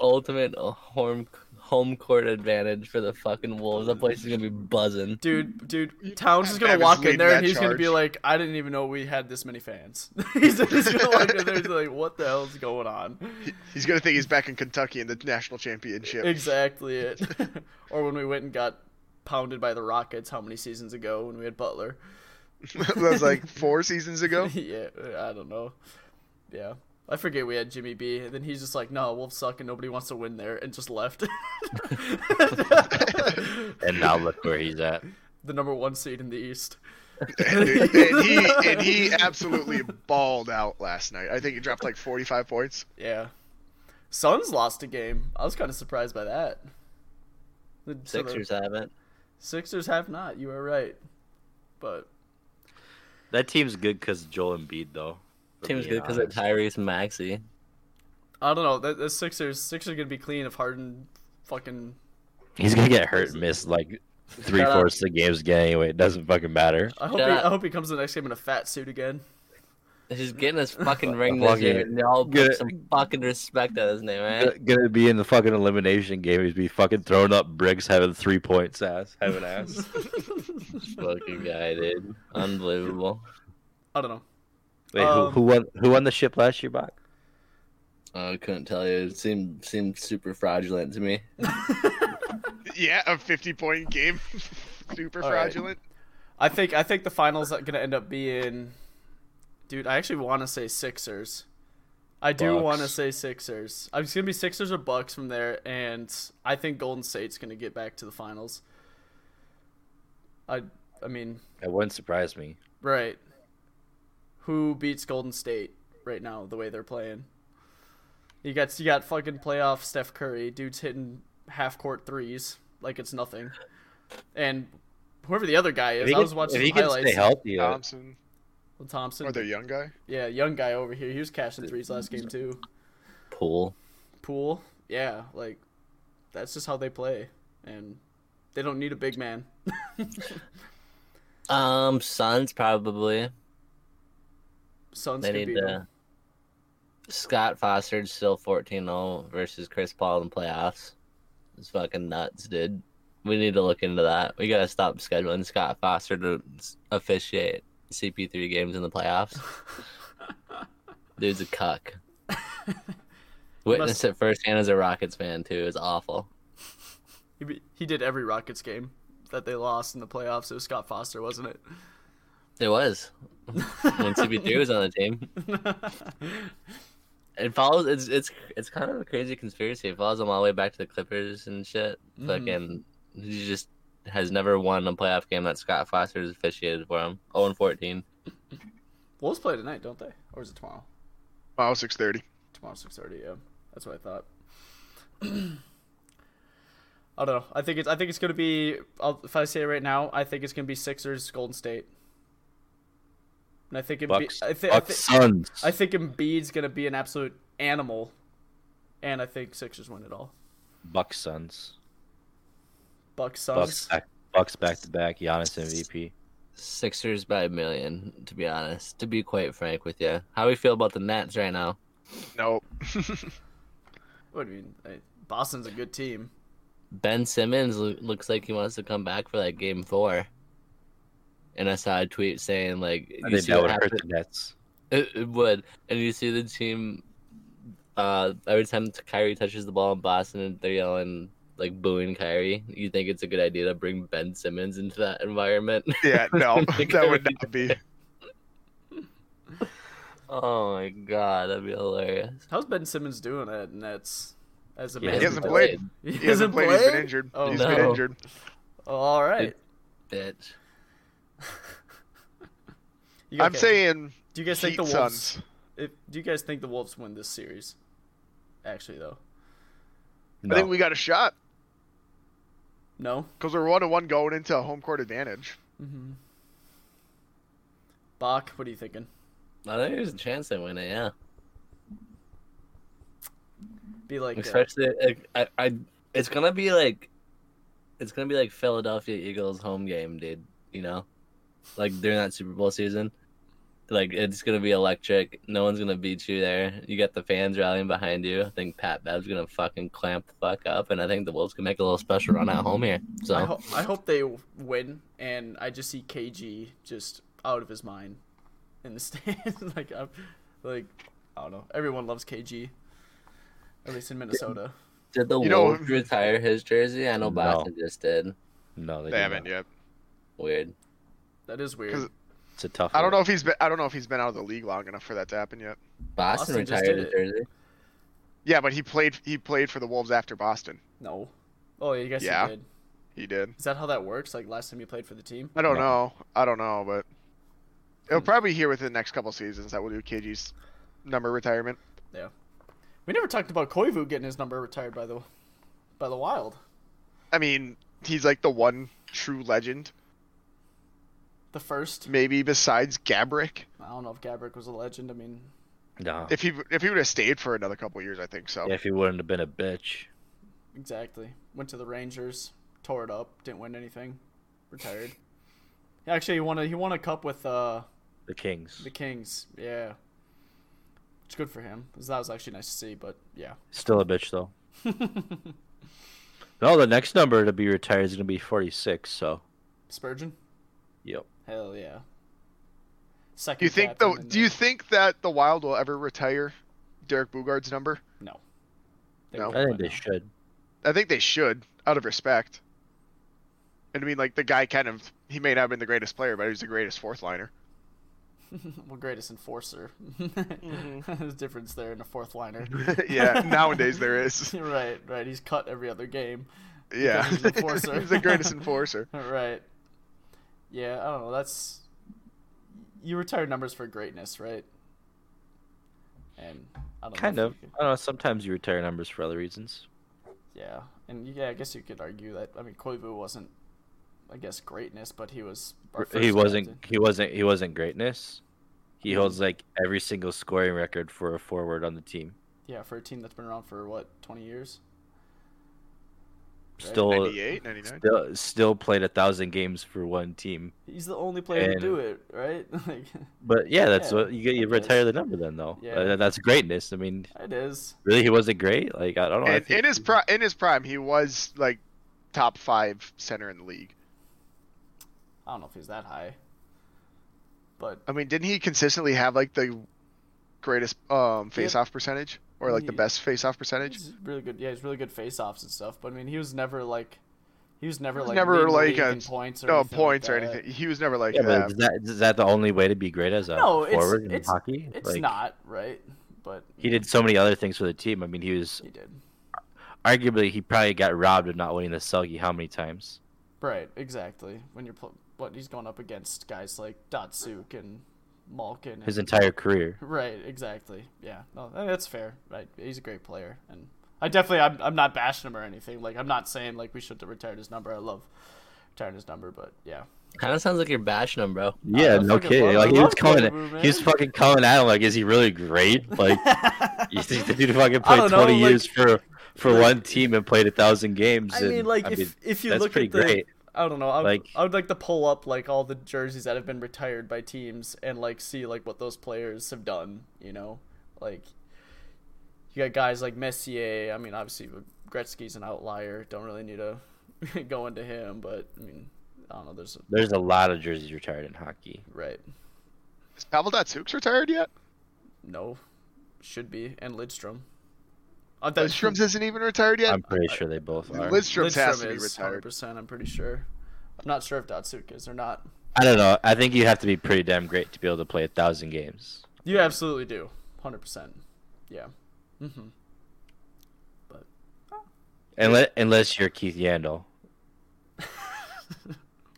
Speaker 3: ultimate home home court advantage for the fucking Wolves. That place is gonna be buzzing.
Speaker 2: Dude, dude, Towns is gonna
Speaker 4: Babbitt's
Speaker 2: walk in
Speaker 4: leading
Speaker 2: there and
Speaker 4: that
Speaker 2: he's gonna be
Speaker 4: charge.
Speaker 2: like, "I didn't even know we had this many fans." he's just gonna walk in there and be like, "What the hell's going on?"
Speaker 4: He's gonna think he's back in Kentucky in the national championship.
Speaker 2: Exactly it. or when we went and got pounded by the Rockets, how many seasons ago when we had Butler?
Speaker 4: that was like four seasons ago.
Speaker 2: yeah, I don't know. Yeah, I forget we had Jimmy B, and then he's just like, "No, Wolves suck, and nobody wants to win there," and just left.
Speaker 5: and now look where he's at.
Speaker 2: the number one seed in the East.
Speaker 4: and he and he absolutely balled out last night. I think he dropped like 45 points.
Speaker 2: Yeah. Suns lost a game. I was kind of surprised by that. The- so the
Speaker 3: Sixers haven't.
Speaker 2: Sixers have not. You are right. But
Speaker 5: That team's good because Joel Embiid, though. for
Speaker 3: Team's
Speaker 5: being
Speaker 3: good because of
Speaker 5: honest.
Speaker 3: Tyrese Maxey.
Speaker 2: I don't know. The, the Sixers Sixers are gonna be clean if Harden fucking.
Speaker 5: He's gonna get hurt and miss like three
Speaker 3: Shut up.
Speaker 5: fourths of the games again. Anyway, it doesn't fucking matter.
Speaker 2: I hope he,
Speaker 3: Yeah.
Speaker 2: I hope he comes to the next game in a fat suit again.
Speaker 3: He's getting his fucking ring
Speaker 5: Fuck
Speaker 3: this year,
Speaker 5: it.
Speaker 3: and y'all
Speaker 5: Get
Speaker 3: put
Speaker 5: it.
Speaker 3: some fucking respect on his name,
Speaker 5: Gonna-
Speaker 3: right?
Speaker 5: Gonna be in the fucking elimination game. He's be fucking throwing up bricks, having three points ass, having ass.
Speaker 3: fucking guy, dude. Unbelievable.
Speaker 2: I don't know.
Speaker 5: Wait, who,
Speaker 2: Um,
Speaker 5: who won? Who won the ship last year, Bach?
Speaker 3: Oh, I couldn't tell you. It seemed seemed super fraudulent to me.
Speaker 4: Yeah, a 50 point game. Super
Speaker 2: All right.
Speaker 4: fraudulent.
Speaker 2: I think I think the finals are gonna end up being. Dude, I actually want to say Sixers. I do
Speaker 5: Bucks.
Speaker 2: want to say Sixers. I'm just gonna be Sixers or Bucks from there, and I think Golden State's gonna get back to the finals. I I mean,
Speaker 5: That wouldn't surprise me.
Speaker 2: right? Who beats Golden State right now? The way they're playing, you got you got fucking playoff Steph Curry. Dude's hitting half court threes like it's nothing, and whoever the other guy
Speaker 5: If
Speaker 2: is,
Speaker 5: he
Speaker 2: I
Speaker 5: can-
Speaker 2: was watching
Speaker 5: if he
Speaker 2: some
Speaker 5: can
Speaker 2: highlights.
Speaker 5: stay healthy, uh,
Speaker 4: Thompson
Speaker 2: Thompson.
Speaker 4: or the young guy.
Speaker 2: Yeah, young guy over here. He was cashing threes last game too.
Speaker 3: Pool.
Speaker 2: Pool. Yeah, like that's just how they play. And they don't need a big man.
Speaker 3: Um, Suns probably.
Speaker 2: Suns
Speaker 3: They
Speaker 2: can
Speaker 3: need
Speaker 2: beat them.
Speaker 3: to. Scott Foster's still 14 0 versus Chris Paul in playoffs. It's fucking nuts, dude. We need to look into that. We gotta stop scheduling Scott Foster to s- officiate CP3 games in the playoffs. Dude's a cuck. Witness it firsthand as a Rockets fan, too. It's awful.
Speaker 2: He, be- he did every Rockets game that they lost in the playoffs. It was Scott Foster, wasn't it?
Speaker 3: It was when CP3 was on the team. It follows. It's it's it's kind of a crazy conspiracy. It follows him all the way back to the Clippers and shit. Fucking, he just has never won a playoff game that Scott Foster has officiated for him. 0 and 14.
Speaker 2: Wolves play tonight, don't they? Or is it tomorrow?
Speaker 4: Wow, 630.
Speaker 2: Tomorrow six thirty. Yeah, that's what I thought. I don't know. I think it's. I think it's gonna be. I'll, if I say it right now, I think it's gonna be Sixers, Golden State. And I think it. Be,
Speaker 5: Bucks,
Speaker 2: I, thi- I,
Speaker 5: Bucks,
Speaker 2: thi-
Speaker 5: Suns.
Speaker 2: I think Embiid's gonna be an absolute animal, and I think Sixers win it all.
Speaker 5: Bucks, Suns.
Speaker 2: Bucks,
Speaker 5: Bucks
Speaker 2: Suns.
Speaker 5: back. Bucks back to back. Giannis MVP.
Speaker 3: Sixers by a million, to be honest. To be quite frank with you, how we feel about the Nets right now?
Speaker 4: Nope.
Speaker 2: What do you mean? I- Boston's a good team.
Speaker 3: Ben Simmons lo- looks like he wants to come back for that game four. And I saw a tweet saying like,
Speaker 5: I
Speaker 3: you
Speaker 5: think
Speaker 3: see
Speaker 5: that
Speaker 3: what
Speaker 5: would hurt
Speaker 3: happened-
Speaker 5: the Nets.
Speaker 3: It, it would. And you see the team uh every time t- Kyrie touches the ball in Boston and they're yelling like booing Kyrie, you think it's a good idea to bring Ben Simmons into that environment?
Speaker 4: Yeah, no, that would not be.
Speaker 3: oh my god, that'd be hilarious.
Speaker 2: How's Ben Simmons doing at Nets? As a
Speaker 5: He
Speaker 2: man?
Speaker 4: He hasn't played.
Speaker 2: He
Speaker 4: He hasn't played. He's been injured.
Speaker 2: Oh,
Speaker 4: He's been
Speaker 3: no.
Speaker 4: injured.
Speaker 2: Oh, all right.
Speaker 3: Bitch.
Speaker 2: You-
Speaker 4: I'm
Speaker 2: okay.
Speaker 4: saying
Speaker 2: Do you guys think
Speaker 4: Heat
Speaker 2: the Wolves?
Speaker 4: Suns.
Speaker 2: If, do you guys think the Wolves win this series? Actually, though,
Speaker 4: I think we got a shot
Speaker 2: no.
Speaker 4: because we're one to one going into home court advantage.
Speaker 2: Bach, what are you thinking?
Speaker 3: I think there's a chance they win it. Yeah,
Speaker 2: Be like, uh,
Speaker 3: especially like, I, I. It's gonna be like, it's gonna be like Philadelphia Eagles home game, dude. You know, like during that Super Bowl season, like it's gonna be electric. No one's gonna beat you there. You got the fans rallying behind you. I think Pat Bev's gonna fucking clamp the fuck up, and I think the Wolves can make a little special run at home here. So
Speaker 2: I, ho- I hope they win, and I just see KG just out of his mind in the stands. like, I'm, like I don't know. Everyone loves KG, at least in Minnesota.
Speaker 3: Did the
Speaker 4: You know-
Speaker 3: Wolves retire his jersey? I know
Speaker 5: No.
Speaker 3: Boston just did.
Speaker 5: No, they,
Speaker 4: They
Speaker 5: do
Speaker 4: haven't
Speaker 5: not.
Speaker 4: yet.
Speaker 3: Weird.
Speaker 2: That is weird.
Speaker 4: 'Cause-
Speaker 5: It's a tough.
Speaker 4: I don't
Speaker 5: one.
Speaker 4: know if he's been. I don't know if he's been out of the league long enough for that to happen yet.
Speaker 3: Boston,
Speaker 2: Boston just
Speaker 3: retired
Speaker 2: did
Speaker 3: his
Speaker 2: it.
Speaker 3: jersey.
Speaker 4: Yeah, but he played. He played for the Wolves after Boston.
Speaker 2: No. Oh, you guys
Speaker 4: Yeah.
Speaker 2: did.
Speaker 4: He did.
Speaker 2: Is that how that works? Like last time you played for the team?
Speaker 4: I don't
Speaker 5: No.
Speaker 4: know. I don't know, but it'll probably be here within the next couple seasons that we'll do KG's number retirement.
Speaker 2: Yeah. We never talked about Koivu getting his number retired by the by the Wild.
Speaker 4: I mean, he's like the one true legend,
Speaker 2: The first.
Speaker 4: maybe besides Gabrick.
Speaker 2: I don't know if Gabrick was a legend. I mean,
Speaker 5: No.
Speaker 4: If he if he would have stayed for another couple years, I think so.
Speaker 5: Yeah, if he wouldn't have been a bitch.
Speaker 2: exactly. Went to the Rangers, tore it up, didn't win anything, retired. Yeah, Actually, he won a he won a cup with uh
Speaker 5: The Kings.
Speaker 2: the Kings. Yeah. It's good for him. 'cause That was actually nice to see, but yeah.
Speaker 5: Still a bitch though. no, the next number to be retired is gonna be forty six. So,
Speaker 2: Spurgeon?
Speaker 5: yep.
Speaker 2: Hell yeah. Second
Speaker 4: Do you think though?
Speaker 2: captain in
Speaker 4: Do you
Speaker 2: the-
Speaker 4: think that the Wild will ever retire Derek Bugard's number?
Speaker 2: No.
Speaker 4: No.
Speaker 2: won't
Speaker 5: I
Speaker 2: by
Speaker 5: think they
Speaker 2: now.
Speaker 5: should.
Speaker 4: I think they should, out of respect. And I mean, like the guy kind of he may not have been the greatest player, but he was the greatest fourth liner.
Speaker 2: Well, greatest enforcer. There's a difference there in a fourth liner.
Speaker 4: yeah, nowadays there is.
Speaker 2: right, right. He's cut every other game.
Speaker 4: Yeah,
Speaker 2: he's
Speaker 4: he's,
Speaker 2: an enforcer.
Speaker 4: the greatest enforcer.
Speaker 2: Right. Yeah, I don't know. That's you retire numbers for greatness, right? And I don't know
Speaker 5: Kind
Speaker 2: if
Speaker 5: of.
Speaker 2: you could-
Speaker 5: I don't know. Sometimes you retire numbers for other reasons.
Speaker 2: yeah, and yeah, I guess you could argue that. I mean, Koivu wasn't, I guess, greatness, but he was. our
Speaker 5: He
Speaker 2: first
Speaker 5: wasn't.
Speaker 2: captain.
Speaker 5: He wasn't. He wasn't greatness. He holds like every single scoring record for a forward on the team.
Speaker 2: Yeah, for a team that's been around for what twenty years.
Speaker 5: Still,
Speaker 4: 98, 99.
Speaker 5: still, still played a thousand games for one team.
Speaker 2: He's the only player to
Speaker 5: And-
Speaker 2: do it, right? like,
Speaker 5: But yeah, that's
Speaker 2: Yeah,
Speaker 5: what you get. You
Speaker 2: I guess.
Speaker 5: retire the number then, though.
Speaker 2: Yeah.
Speaker 5: Uh, that's greatness. I mean,
Speaker 2: it is.
Speaker 5: really, he wasn't great. Like I don't know. I
Speaker 4: And
Speaker 5: think
Speaker 4: in his
Speaker 5: he-
Speaker 4: prime, in his prime, he was like top five center in the league.
Speaker 2: I don't know if he's that high. But
Speaker 4: I mean, didn't he consistently have like the greatest um face-off percentage or like the
Speaker 2: He-
Speaker 4: best face-off percentage?
Speaker 2: he's really good. Yeah, he's really good face-offs and stuff. But I mean, he was never like, he was never
Speaker 4: was
Speaker 2: like
Speaker 4: never,
Speaker 2: leading the
Speaker 4: like,
Speaker 2: league
Speaker 4: a-
Speaker 2: in points or
Speaker 4: No
Speaker 2: anything like
Speaker 4: points or
Speaker 2: that.
Speaker 4: anything. He was never like uh,
Speaker 5: Yeah,
Speaker 4: that.
Speaker 5: but is that is that the only way to be great as a
Speaker 2: No, it's-
Speaker 5: forward in
Speaker 2: it's-
Speaker 5: hockey?
Speaker 2: It's
Speaker 5: Like,
Speaker 2: not right, but
Speaker 5: He did so many other things for the team. I mean, he was
Speaker 2: he did.
Speaker 5: arguably he probably got robbed of not winning the Selkie how many times?
Speaker 2: Right, exactly. When you're pl- but he's going up against guys like Datsuk and Malkin. And,
Speaker 5: His entire career.
Speaker 2: right, exactly. Yeah, no, eh, that's fair. Right, he's a great player, and I definitely I'm I'm not bashing him or anything. Like I'm not saying like we should have retired his number. I love retiring his number, but yeah.
Speaker 3: Kind of sounds like you're bashing him, bro.
Speaker 5: Yeah,
Speaker 2: I
Speaker 5: no
Speaker 2: fucking
Speaker 5: kidding.
Speaker 2: love- I
Speaker 5: Like he
Speaker 2: love
Speaker 5: was coming,
Speaker 2: Koivu, man.
Speaker 5: he was fucking coming at him. Like, is he really great? Like, you think the dude fucking
Speaker 2: I
Speaker 5: played
Speaker 2: don't know,
Speaker 5: twenty
Speaker 2: like-
Speaker 5: years for for one team and played a thousand games?
Speaker 2: I
Speaker 5: and-
Speaker 2: mean, like if
Speaker 5: mean,
Speaker 2: if you
Speaker 5: that's
Speaker 2: look
Speaker 5: pretty
Speaker 2: at the,
Speaker 5: great.
Speaker 2: I don't know. I would,
Speaker 5: Like-
Speaker 2: I would like to pull up like all the jerseys that have been retired by teams and like see like what those players have done. You know, like you got guys like Messier. I mean, obviously Gretzky's an outlier. Don't really need to go into him, but I mean, I don't know. There's
Speaker 5: There's a lot of jerseys retired in hockey.
Speaker 2: right,
Speaker 4: Is Pavel Datsyuk's retired yet?
Speaker 2: no, should be and Lidstrom. Uh, that-
Speaker 4: Lidstrom's isn't even retired yet.
Speaker 5: I'm pretty sure they both are.
Speaker 4: Lidstrom's has to be
Speaker 2: is
Speaker 4: retired.
Speaker 2: 100%, I'm pretty sure. I'm not sure if Datsuk is or not.
Speaker 5: I don't know. I think you have to be pretty damn great to be able to play a thousand games.
Speaker 2: You absolutely do. 100%. Yeah. hmm
Speaker 5: Unless, unless you're Keith Yandel,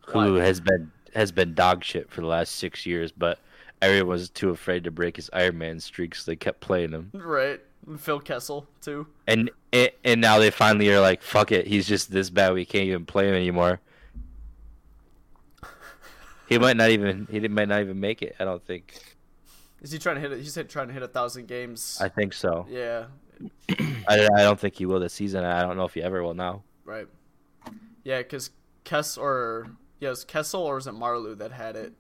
Speaker 5: who has been has been dog shit for the last six years, but everyone was too afraid to break his Iron Man streak, so they kept playing him.
Speaker 2: Right. And Phil Kessel, too.
Speaker 5: And it, and now they finally are like, fuck it, he's just this bad, we can't even play him anymore. He might not even he might not even make it. I don't think.
Speaker 2: Is he trying to hit? it? He's hit, trying to hit a thousand games.
Speaker 5: I think so.
Speaker 2: yeah,
Speaker 5: I, I don't think he will this season. I don't know if he ever will now.
Speaker 2: right. Yeah, because Kess or yes, Kessel or is it Marlu that had it,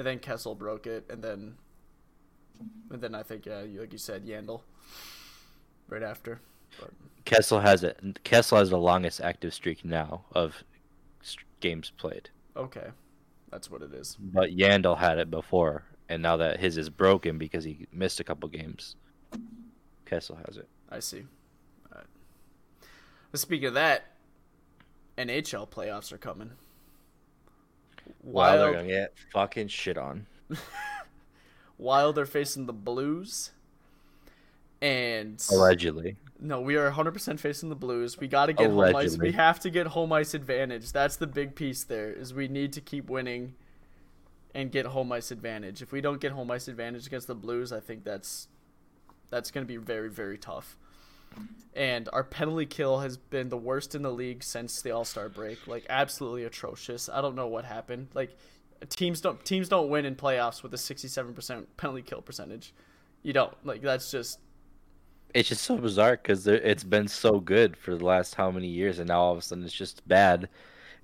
Speaker 2: and then Kessel broke it, and then, and then I think yeah, you, like you said, Yandel. Right after.
Speaker 5: Kessel has it. Kessel has the longest active streak now of st- games played.
Speaker 2: Okay, that's what it is.
Speaker 5: But Yandel had it before, and now that his is broken because he missed a couple games, Kessel has it.
Speaker 2: I see. All right. But speaking of that, NHL playoffs are coming.
Speaker 5: Wow, they're
Speaker 2: Wild,
Speaker 5: gonna get fucking shit on.
Speaker 2: Wild are facing the Blues, and
Speaker 5: Allegedly,
Speaker 2: no, we are 100% facing the Blues. We got to get home ice.
Speaker 5: Allegedly.
Speaker 2: We have to get home ice advantage. That's the big piece. There is we need to keep winning, and get home ice advantage. If we don't get home ice advantage against the Blues, I think that's that's going to be very very tough. And our penalty kill has been the worst in the league since the All Star break. Like absolutely atrocious. I don't know what happened. Like teams don't teams don't win in playoffs with a 67% penalty kill percentage. You don't. Like that's just
Speaker 5: it's just so bizarre because it's been so good for the last how many years, and now all of a sudden it's just bad.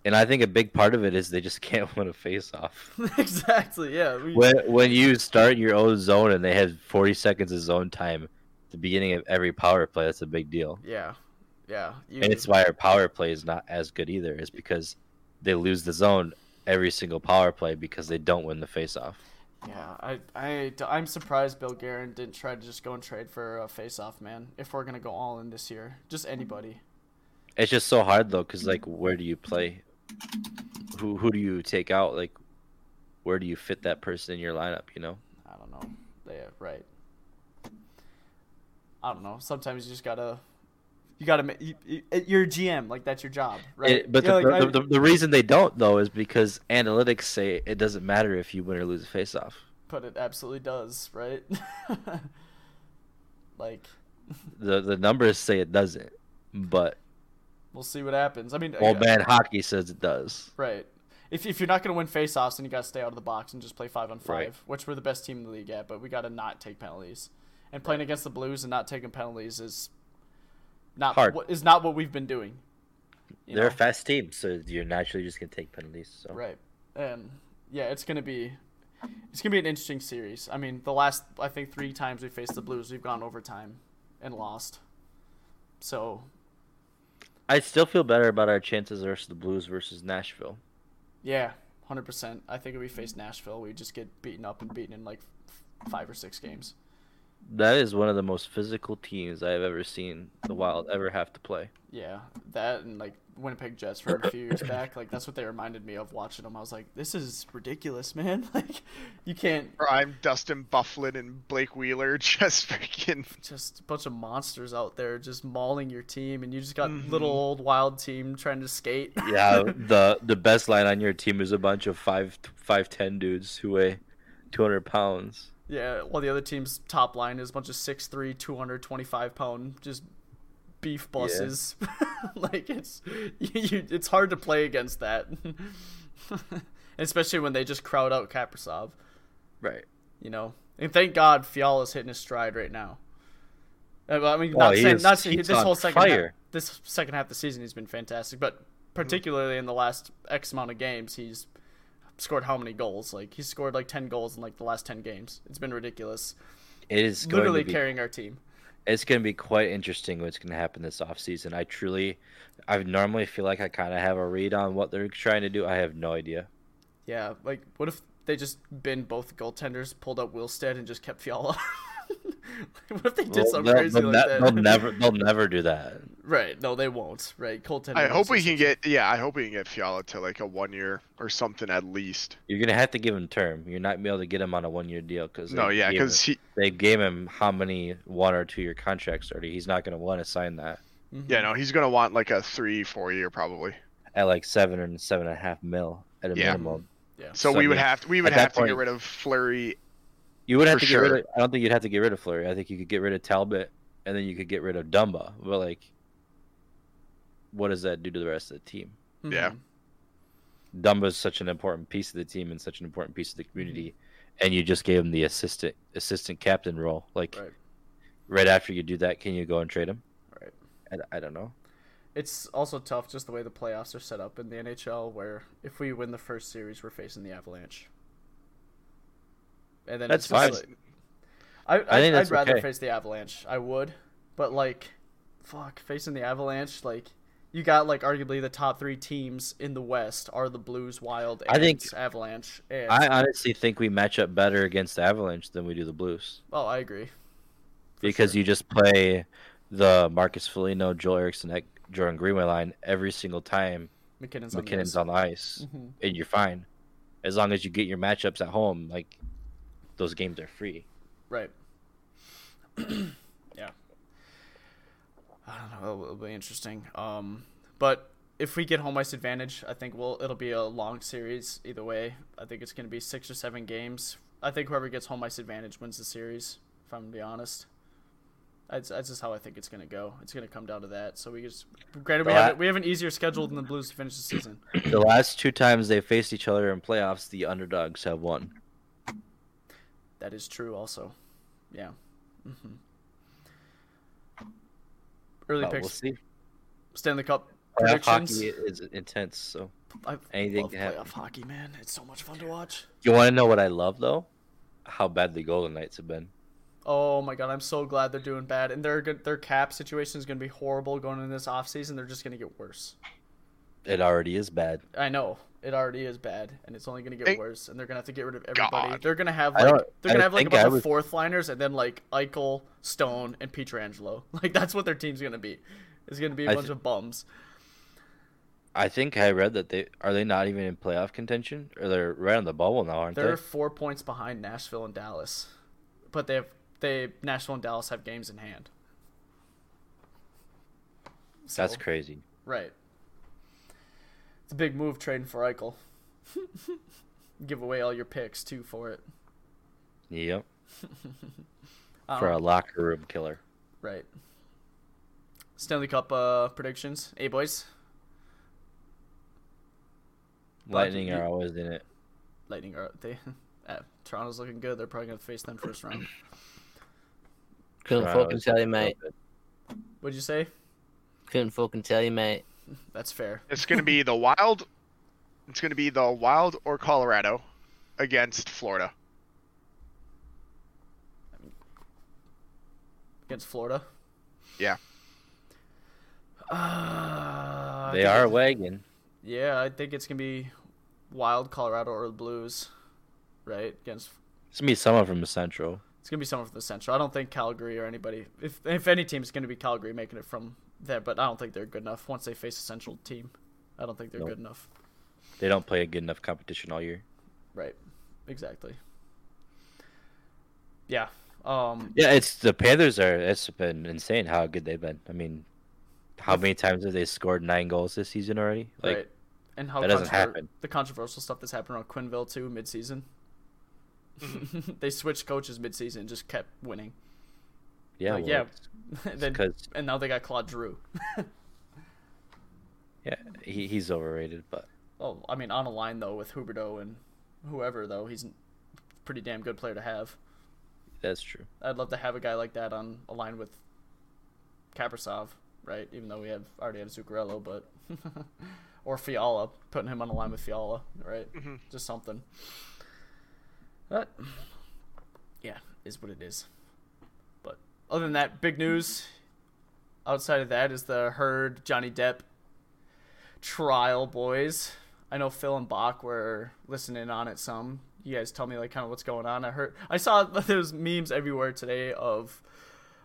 Speaker 5: And I think a big part of it is they just can't win a face off.
Speaker 2: exactly yeah. We,
Speaker 5: when when you start your own zone and they have 40 seconds of zone time at the beginning of every power play that's a big deal
Speaker 2: yeah, yeah. You,
Speaker 5: and it's why our power play is not as good either is because they lose the zone every single power play because they don't win the face off
Speaker 2: yeah. I I I'm surprised Bill Guerin didn't try to just go and trade for a face off man. If we're gonna go all in this year, just anybody.
Speaker 5: it's just so hard though because like where do you play who who do you take out like where do you fit that person in your lineup you know
Speaker 2: I don't know. Yeah, right. I don't know. Sometimes you just gotta, you gotta. ma- You, you, eh, you're a GM, like that's your job, right?
Speaker 5: It- but
Speaker 2: Yeah,
Speaker 5: the,
Speaker 2: like, I-
Speaker 5: the, the, the reason they don't though is because analytics say it doesn't matter if you win or lose a face off
Speaker 2: but it absolutely does, right? like
Speaker 5: the the numbers say it doesn't, but
Speaker 2: we'll see what happens. I mean,
Speaker 5: old
Speaker 2: yeah,
Speaker 5: man hockey says it does.
Speaker 2: right? If if you're not gonna win faceoffs, then you gotta stay out of the box and just play five on five,
Speaker 5: Right.
Speaker 2: which we're the best team in the league at. But we gotta not take penalties, and playing against the Blues and not taking penalties is not
Speaker 5: Hard.
Speaker 2: what is not what we've been doing. you
Speaker 5: They're
Speaker 2: know?
Speaker 5: a fast team, so you're naturally just gonna take penalties. So
Speaker 2: Right. And yeah, it's gonna be it's gonna be an interesting series. I mean, the last I think three times we faced the Blues, we've gone overtime and lost. So
Speaker 5: I still feel better about our chances versus the Blues versus Nashville.
Speaker 2: yeah, hundred percent. I think if we face Nashville, we just get beaten up and beaten in like f- five or six games.
Speaker 5: That is one of the most physical teams I've ever seen the Wild ever have to play.
Speaker 2: Yeah, that and like Winnipeg Jets from a few years back, like that's what they reminded me of watching them. I was like, this is ridiculous, man. Like, you can't
Speaker 4: Prime Dustin Bufflin and Blake Wheeler just freaking
Speaker 2: just a bunch of monsters out there just mauling your team and you just got little old wild team trying to skate
Speaker 5: Yeah, the the best line on your team is a bunch of five five ten dudes who weigh two hundred pounds.
Speaker 2: yeah while the other team's top line is a bunch of 6'3 225 pound just beef buses like it's you, you, it's hard to play against that especially when they just crowd out kaprasov
Speaker 5: Right.
Speaker 2: you know and thank god fiala's hitting his stride right now i I mean
Speaker 5: Oh,
Speaker 2: not
Speaker 5: he
Speaker 2: saying
Speaker 5: is-
Speaker 2: not saying
Speaker 5: he's
Speaker 2: this
Speaker 5: on
Speaker 2: whole second half,
Speaker 5: fire.
Speaker 2: this second half of the season he's been fantastic but
Speaker 4: Mm-hmm.
Speaker 2: particularly in the last x amount of games he's scored how many goals like he's scored like 10 goals in like the last 10 games it's been ridiculous
Speaker 5: It is going
Speaker 2: literally
Speaker 5: to be
Speaker 2: carrying our team
Speaker 5: it's going to be quite interesting what's going to happen this offseason. I truly, I normally feel like I kind of have a read on what they're trying to do. I have no idea.
Speaker 2: yeah like what if they just been both goaltenders pulled up Wilstead and just kept Fiala what if they did
Speaker 5: They'll,
Speaker 2: something
Speaker 5: they'll-
Speaker 2: crazy
Speaker 5: they'll
Speaker 2: like
Speaker 5: ne-
Speaker 2: that
Speaker 5: they'll never, they'll never do that.
Speaker 2: right no they won't right goaltender
Speaker 4: I hope we
Speaker 2: versus-
Speaker 4: can get yeah, I hope we can get Fiala to like a one year or something at least.
Speaker 5: You're going to have to give him term. You're not gonna be able to get him on a one year deal because
Speaker 4: No, yeah, because he
Speaker 5: they gave him how many one or two year contracts already. He's not going to want to sign that
Speaker 2: Mm-hmm.
Speaker 4: yeah, no, he's gonna want like a three, four year probably.
Speaker 5: at like seven and seven and a half mil at a
Speaker 4: Yeah.
Speaker 5: minimum.
Speaker 4: So,
Speaker 5: So,
Speaker 4: we would
Speaker 5: yeah,
Speaker 4: have to, we would
Speaker 5: at that
Speaker 4: have to get
Speaker 5: point-
Speaker 4: rid of Flurry.
Speaker 5: You would have
Speaker 4: For
Speaker 5: to get rid
Speaker 4: sure.
Speaker 5: of. I don't think you'd have to get rid of Flurry. I think you could get rid of Talbot, and then you could get rid of Dumba. But
Speaker 2: Mm-hmm.
Speaker 5: like, what does that do to the rest of the team?
Speaker 4: Yeah.
Speaker 2: Mhm.
Speaker 5: Dumbo's such an important piece of the team and such an important piece of the community,
Speaker 2: Mm-hmm.
Speaker 5: and you just gave him the assistant assistant captain role. Like
Speaker 2: Right.
Speaker 5: right. after you do that, can you go and trade him?
Speaker 2: Right.
Speaker 5: I, I don't know.
Speaker 2: It's also tough just the way the playoffs are set up in the NHL, where if we win the first series, we're facing the Avalanche. And then
Speaker 5: That's
Speaker 2: it's just
Speaker 5: fine.
Speaker 2: like- I, I,
Speaker 5: think
Speaker 2: I would
Speaker 5: that's
Speaker 2: rather
Speaker 5: okay.
Speaker 2: face the Avalanche. I would, but like, fuck, facing the Avalanche, like, you got like arguably the top three teams in the West are the Blues, Wild, and
Speaker 5: I think-
Speaker 2: Avalanche. And
Speaker 5: I honestly think we match up better against the Avalanche than we do the Blues.
Speaker 2: oh, I agree.
Speaker 5: because you just play the Marcus Foligno, Joel Erickson, Ek- Jordan Greenway line every single time
Speaker 2: McKinnon's on the
Speaker 5: McKinnon's
Speaker 2: ice.
Speaker 5: on the ice,
Speaker 2: Mm-hmm.
Speaker 5: and you're fine. As long as you get your matchups at home, like those games are free.
Speaker 2: Right. yeah. I don't know. It'll, it'll be interesting. Um, but if we get home ice advantage, I think we'll it'll be a long series either way. I think it's going to be six or seven games. I think whoever gets home ice advantage wins the series. If I'm gonna be honest. That's, that's just how I think it's gonna go. It's gonna come down to that. So we just, granted, we
Speaker 5: Well,
Speaker 2: have
Speaker 5: I-
Speaker 2: we have an easier schedule than the Blues to finish the season.
Speaker 5: The last two times they faced each other in playoffs, the underdogs have won.
Speaker 2: That is true, also. Yeah. hmm Early
Speaker 5: But Oh, we'll
Speaker 2: picks.
Speaker 5: see.
Speaker 2: Stanley Cup
Speaker 5: Playoff
Speaker 2: predictions.
Speaker 5: hockey is intense. So
Speaker 2: I
Speaker 5: anything
Speaker 2: love
Speaker 5: can happen.
Speaker 2: playoff hockey, man. It's so much fun to watch.
Speaker 5: you want to know what I love though? How bad the Golden Knights have been.
Speaker 2: Oh my god, I'm so glad they're doing bad, and their good- their cap situation is gonna be horrible going into this offseason. They're just gonna get worse.
Speaker 5: It already is bad.
Speaker 2: I know it already is bad, and it's only gonna get
Speaker 4: Thank
Speaker 2: worse. And they're gonna have to get rid of everybody.
Speaker 4: God.
Speaker 2: They're gonna have
Speaker 5: I
Speaker 2: like
Speaker 5: don't-
Speaker 2: they're
Speaker 5: I
Speaker 2: gonna have like a
Speaker 5: think
Speaker 2: bunch
Speaker 5: I
Speaker 2: of
Speaker 5: was-
Speaker 2: fourth liners, and then like Eichel, Stone, and Pietrangelo. Like that's what their team's gonna be. It's gonna be a
Speaker 5: I
Speaker 2: bunch
Speaker 5: thi-
Speaker 2: of bums.
Speaker 5: I think I read that they are they not even in playoff contention, or they're right on the bubble now, aren't
Speaker 2: They're
Speaker 5: they?
Speaker 2: four points behind Nashville and Dallas, but they have they Nashville and Dallas have games in hand.
Speaker 5: That's
Speaker 2: So-
Speaker 5: crazy.
Speaker 2: Right. It's a big move trading for Eichel. Give away all your picks too for it.
Speaker 5: Yep. For a locker room killer.
Speaker 2: Right. Stanley Cup uh, predictions. Hey boys,
Speaker 5: Lightning
Speaker 2: you-
Speaker 5: are always in it.
Speaker 2: Lightning are they? Uh, Toronto's looking good. They're probably gonna face them first round.
Speaker 3: Couldn't
Speaker 5: Toronto
Speaker 3: fucking
Speaker 5: is
Speaker 3: tell you,
Speaker 5: looking real
Speaker 3: mate.
Speaker 5: good.
Speaker 2: What'd you say?
Speaker 3: Couldn't fucking tell you, mate.
Speaker 2: That's fair.
Speaker 4: It's going to be the Wild. It's going to be the Wild or Colorado against Florida.
Speaker 2: Against Florida.
Speaker 4: Yeah.
Speaker 2: Uh, I
Speaker 5: They
Speaker 2: think
Speaker 5: are
Speaker 2: it-
Speaker 5: a wagon.
Speaker 2: Yeah, I think it's gonna be Wild, Colorado, or the Blues. Right against
Speaker 5: It's gonna be someone from the Central.
Speaker 2: It's gonna be someone from the Central. I don't think Calgary or anybody. If if any team is gonna be Calgary making it from there, but I don't think they're good enough once they face a Central team. I don't think they're
Speaker 5: Nope.
Speaker 2: good enough.
Speaker 5: They don't play a good enough competition all year.
Speaker 2: Right. Exactly. Yeah. Um.
Speaker 5: Yeah, it's the Panthers are. It's been insane how good they've been. I mean, how many times have they scored nine goals this season already? Like,
Speaker 2: right. And how
Speaker 5: that doesn't
Speaker 2: controver-
Speaker 5: happen.
Speaker 2: The controversial stuff that's happened around Quinville too midseason. they switched coaches midseason, and just kept winning.
Speaker 5: yeah,
Speaker 2: Like,
Speaker 5: well,
Speaker 2: yeah.
Speaker 5: it's-
Speaker 2: Then-
Speaker 5: 'cause-
Speaker 2: and now they got Claude Drew.
Speaker 5: yeah. He, he's overrated, but
Speaker 2: Oh, I mean, on a line though with Huberto and whoever though, he's a pretty damn good player to have.
Speaker 5: that's true.
Speaker 2: I'd love to have a guy like that on a line with Kaprasov, right? Even though we have already had Zuccarello, but or Fiala, putting him on a line with Fiala, right? Just something. But yeah, is what it is. But other than that, big news. Outside of that is the Heard Johnny Depp trial, boys. I know Phil and Bach were listening on it some. You guys tell me like kind of what's going on. I heard I saw that there's memes everywhere today of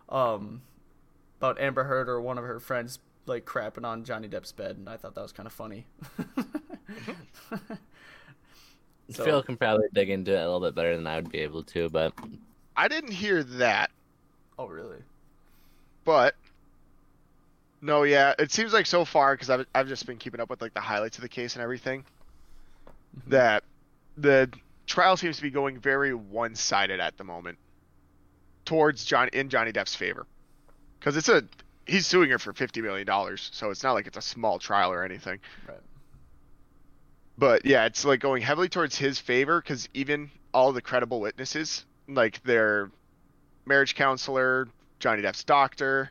Speaker 2: um about Amber Heard or one of her friends like crapping on Johnny Depp's bed and I thought that was kind of funny. So-
Speaker 3: Phil can probably dig into it a little bit better than I would be able to, but
Speaker 4: I didn't hear that,
Speaker 2: oh really?
Speaker 4: but no, yeah, it seems like so far because I've I've just been keeping up with like the highlights of the case and everything that the trial seems to be going very one-sided at the moment towards John in Johnny Depp's favor because it's a he's suing her for fifty million dollars, so it's not like it's a small trial or anything.
Speaker 2: Right.
Speaker 4: But yeah, it's like going heavily towards his favor because even all the credible witnesses, like their marriage counselor, Johnny Depp's doctor,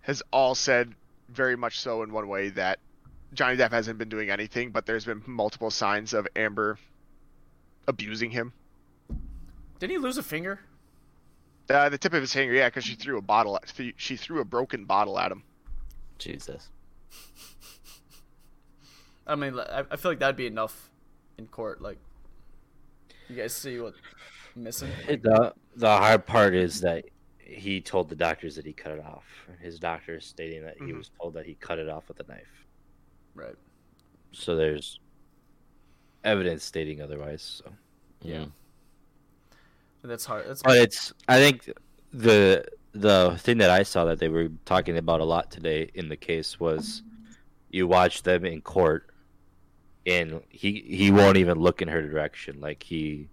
Speaker 4: has all said very much so in one way that Johnny Depp hasn't been doing anything, but there's been multiple signs of Amber abusing him.
Speaker 2: Did he lose a finger?
Speaker 4: Uh, the tip of his finger, yeah, because she threw a bottle. At, she threw a broken bottle at him.
Speaker 3: Jesus.
Speaker 2: I mean, li- I I feel like that'd be enough in court. Like, you guys see what missing?
Speaker 5: The the hard part is that he told the doctors that he cut it off. His doctor is stating that he
Speaker 4: Mhm.
Speaker 5: was told that he cut it off with a knife.
Speaker 2: Right.
Speaker 5: So there's evidence stating otherwise. So.
Speaker 3: Yeah.
Speaker 2: That's hard. That's
Speaker 5: But it's I think the the thing that I saw that they were talking about a lot today in the case was you watch them in court and he he won't even look in her direction. Like he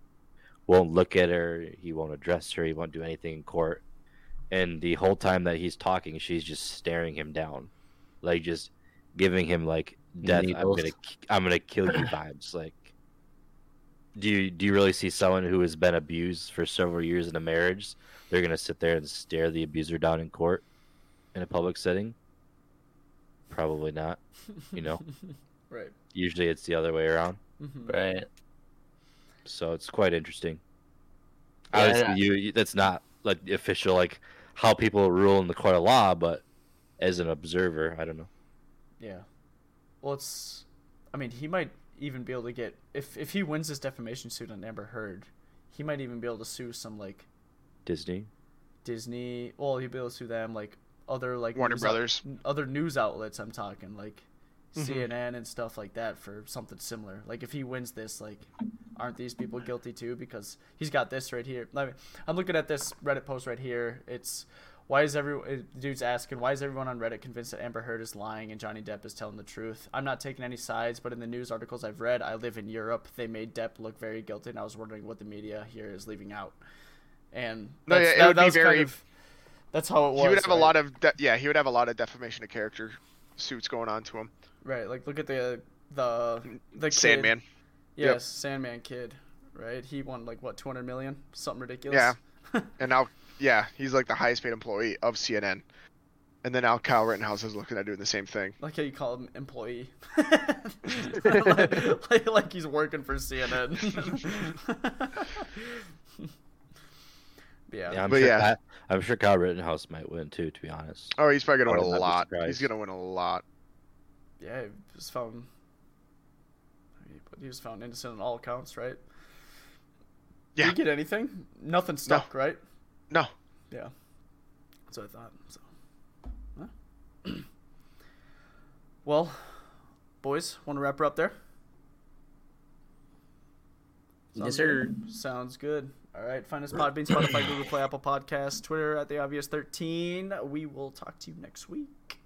Speaker 5: won't look at her, he won't address her, he won't do anything in court. And the whole time that he's talking, she's just staring him down. Like just giving him like death I'm
Speaker 3: Needles.
Speaker 5: gonna ki- I'm gonna kill you vibes. Like do you do you really see someone who has been abused for several years in a marriage? They're gonna sit there and stare the abuser down in court in a public setting? Probably not. You know?
Speaker 2: right.
Speaker 5: Usually it's the other way around.
Speaker 2: hmm
Speaker 3: Right.
Speaker 5: So it's quite interesting.
Speaker 3: Yeah,
Speaker 5: Obviously,
Speaker 3: yeah.
Speaker 5: you, you that's not like the official like how people rule in the court of law, but as an observer, I don't know.
Speaker 2: Yeah. Well, it's. I mean, he might even be able to get if if he wins this defamation suit on Amber Heard, he might even be able to sue some like
Speaker 5: Disney.
Speaker 2: Disney. Well, he'd be able to sue them like other like
Speaker 4: Warner
Speaker 2: news out-
Speaker 4: Brothers.
Speaker 2: n- other news outlets. I'm talking like
Speaker 4: Mm-hmm.
Speaker 2: CNN and stuff like that for something similar. Like if he wins this, like aren't these people guilty too? Because he's got this right here. I mean, I'm looking at this Reddit post right here. It's why is every dude's asking why is everyone on Reddit convinced that Amber Heard is lying and Johnny Depp is telling the truth? I'm not taking any sides, but in the news articles I've read, I live in Europe. They made Depp look very guilty, and I was wondering what the media here is leaving out. And
Speaker 4: No,
Speaker 2: that's-
Speaker 4: yeah, it
Speaker 2: that,
Speaker 4: would
Speaker 2: that
Speaker 4: be
Speaker 2: was
Speaker 4: very-
Speaker 2: kind of that's how it was.
Speaker 4: he would have a
Speaker 2: right?
Speaker 4: lot of de- yeah, he would have a lot of defamation of character suits going on to him.
Speaker 2: Right, like look at the the the kid.
Speaker 4: Sandman.
Speaker 2: Yes,
Speaker 4: yep.
Speaker 2: Sandman kid. Right, he won like what 200 million, something ridiculous.
Speaker 4: Yeah. And now, yeah, he's like the highest paid employee of CNN. And then now Kyle Rittenhouse is looking at doing the same thing.
Speaker 2: Like how you call him employee. like, like, like he's working for CNN. yeah.
Speaker 5: Yeah, I'm
Speaker 4: But
Speaker 5: sure
Speaker 4: yeah.
Speaker 5: Kyle- I'm sure Kyle Rittenhouse might win too, to be honest.
Speaker 4: Oh, he's probably gonna
Speaker 5: I
Speaker 4: win a
Speaker 5: would not be
Speaker 4: lot. He's
Speaker 5: surprised.
Speaker 4: gonna win a lot.
Speaker 2: Yeah, he was found. he- He was found innocent on all accounts, right? Did
Speaker 4: Yeah.
Speaker 2: he get anything? Nothing stuck, right?
Speaker 4: No,
Speaker 2: Yeah. That's what I thought. So. Huh? well, boys, want to wrap her up there? Sounds good. Sounds good. All right. Find us Podbean, Spotify, Google Play, Apple Podcasts, Twitter at the obvious thirteen. We will talk to you next week.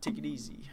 Speaker 2: Take it easy.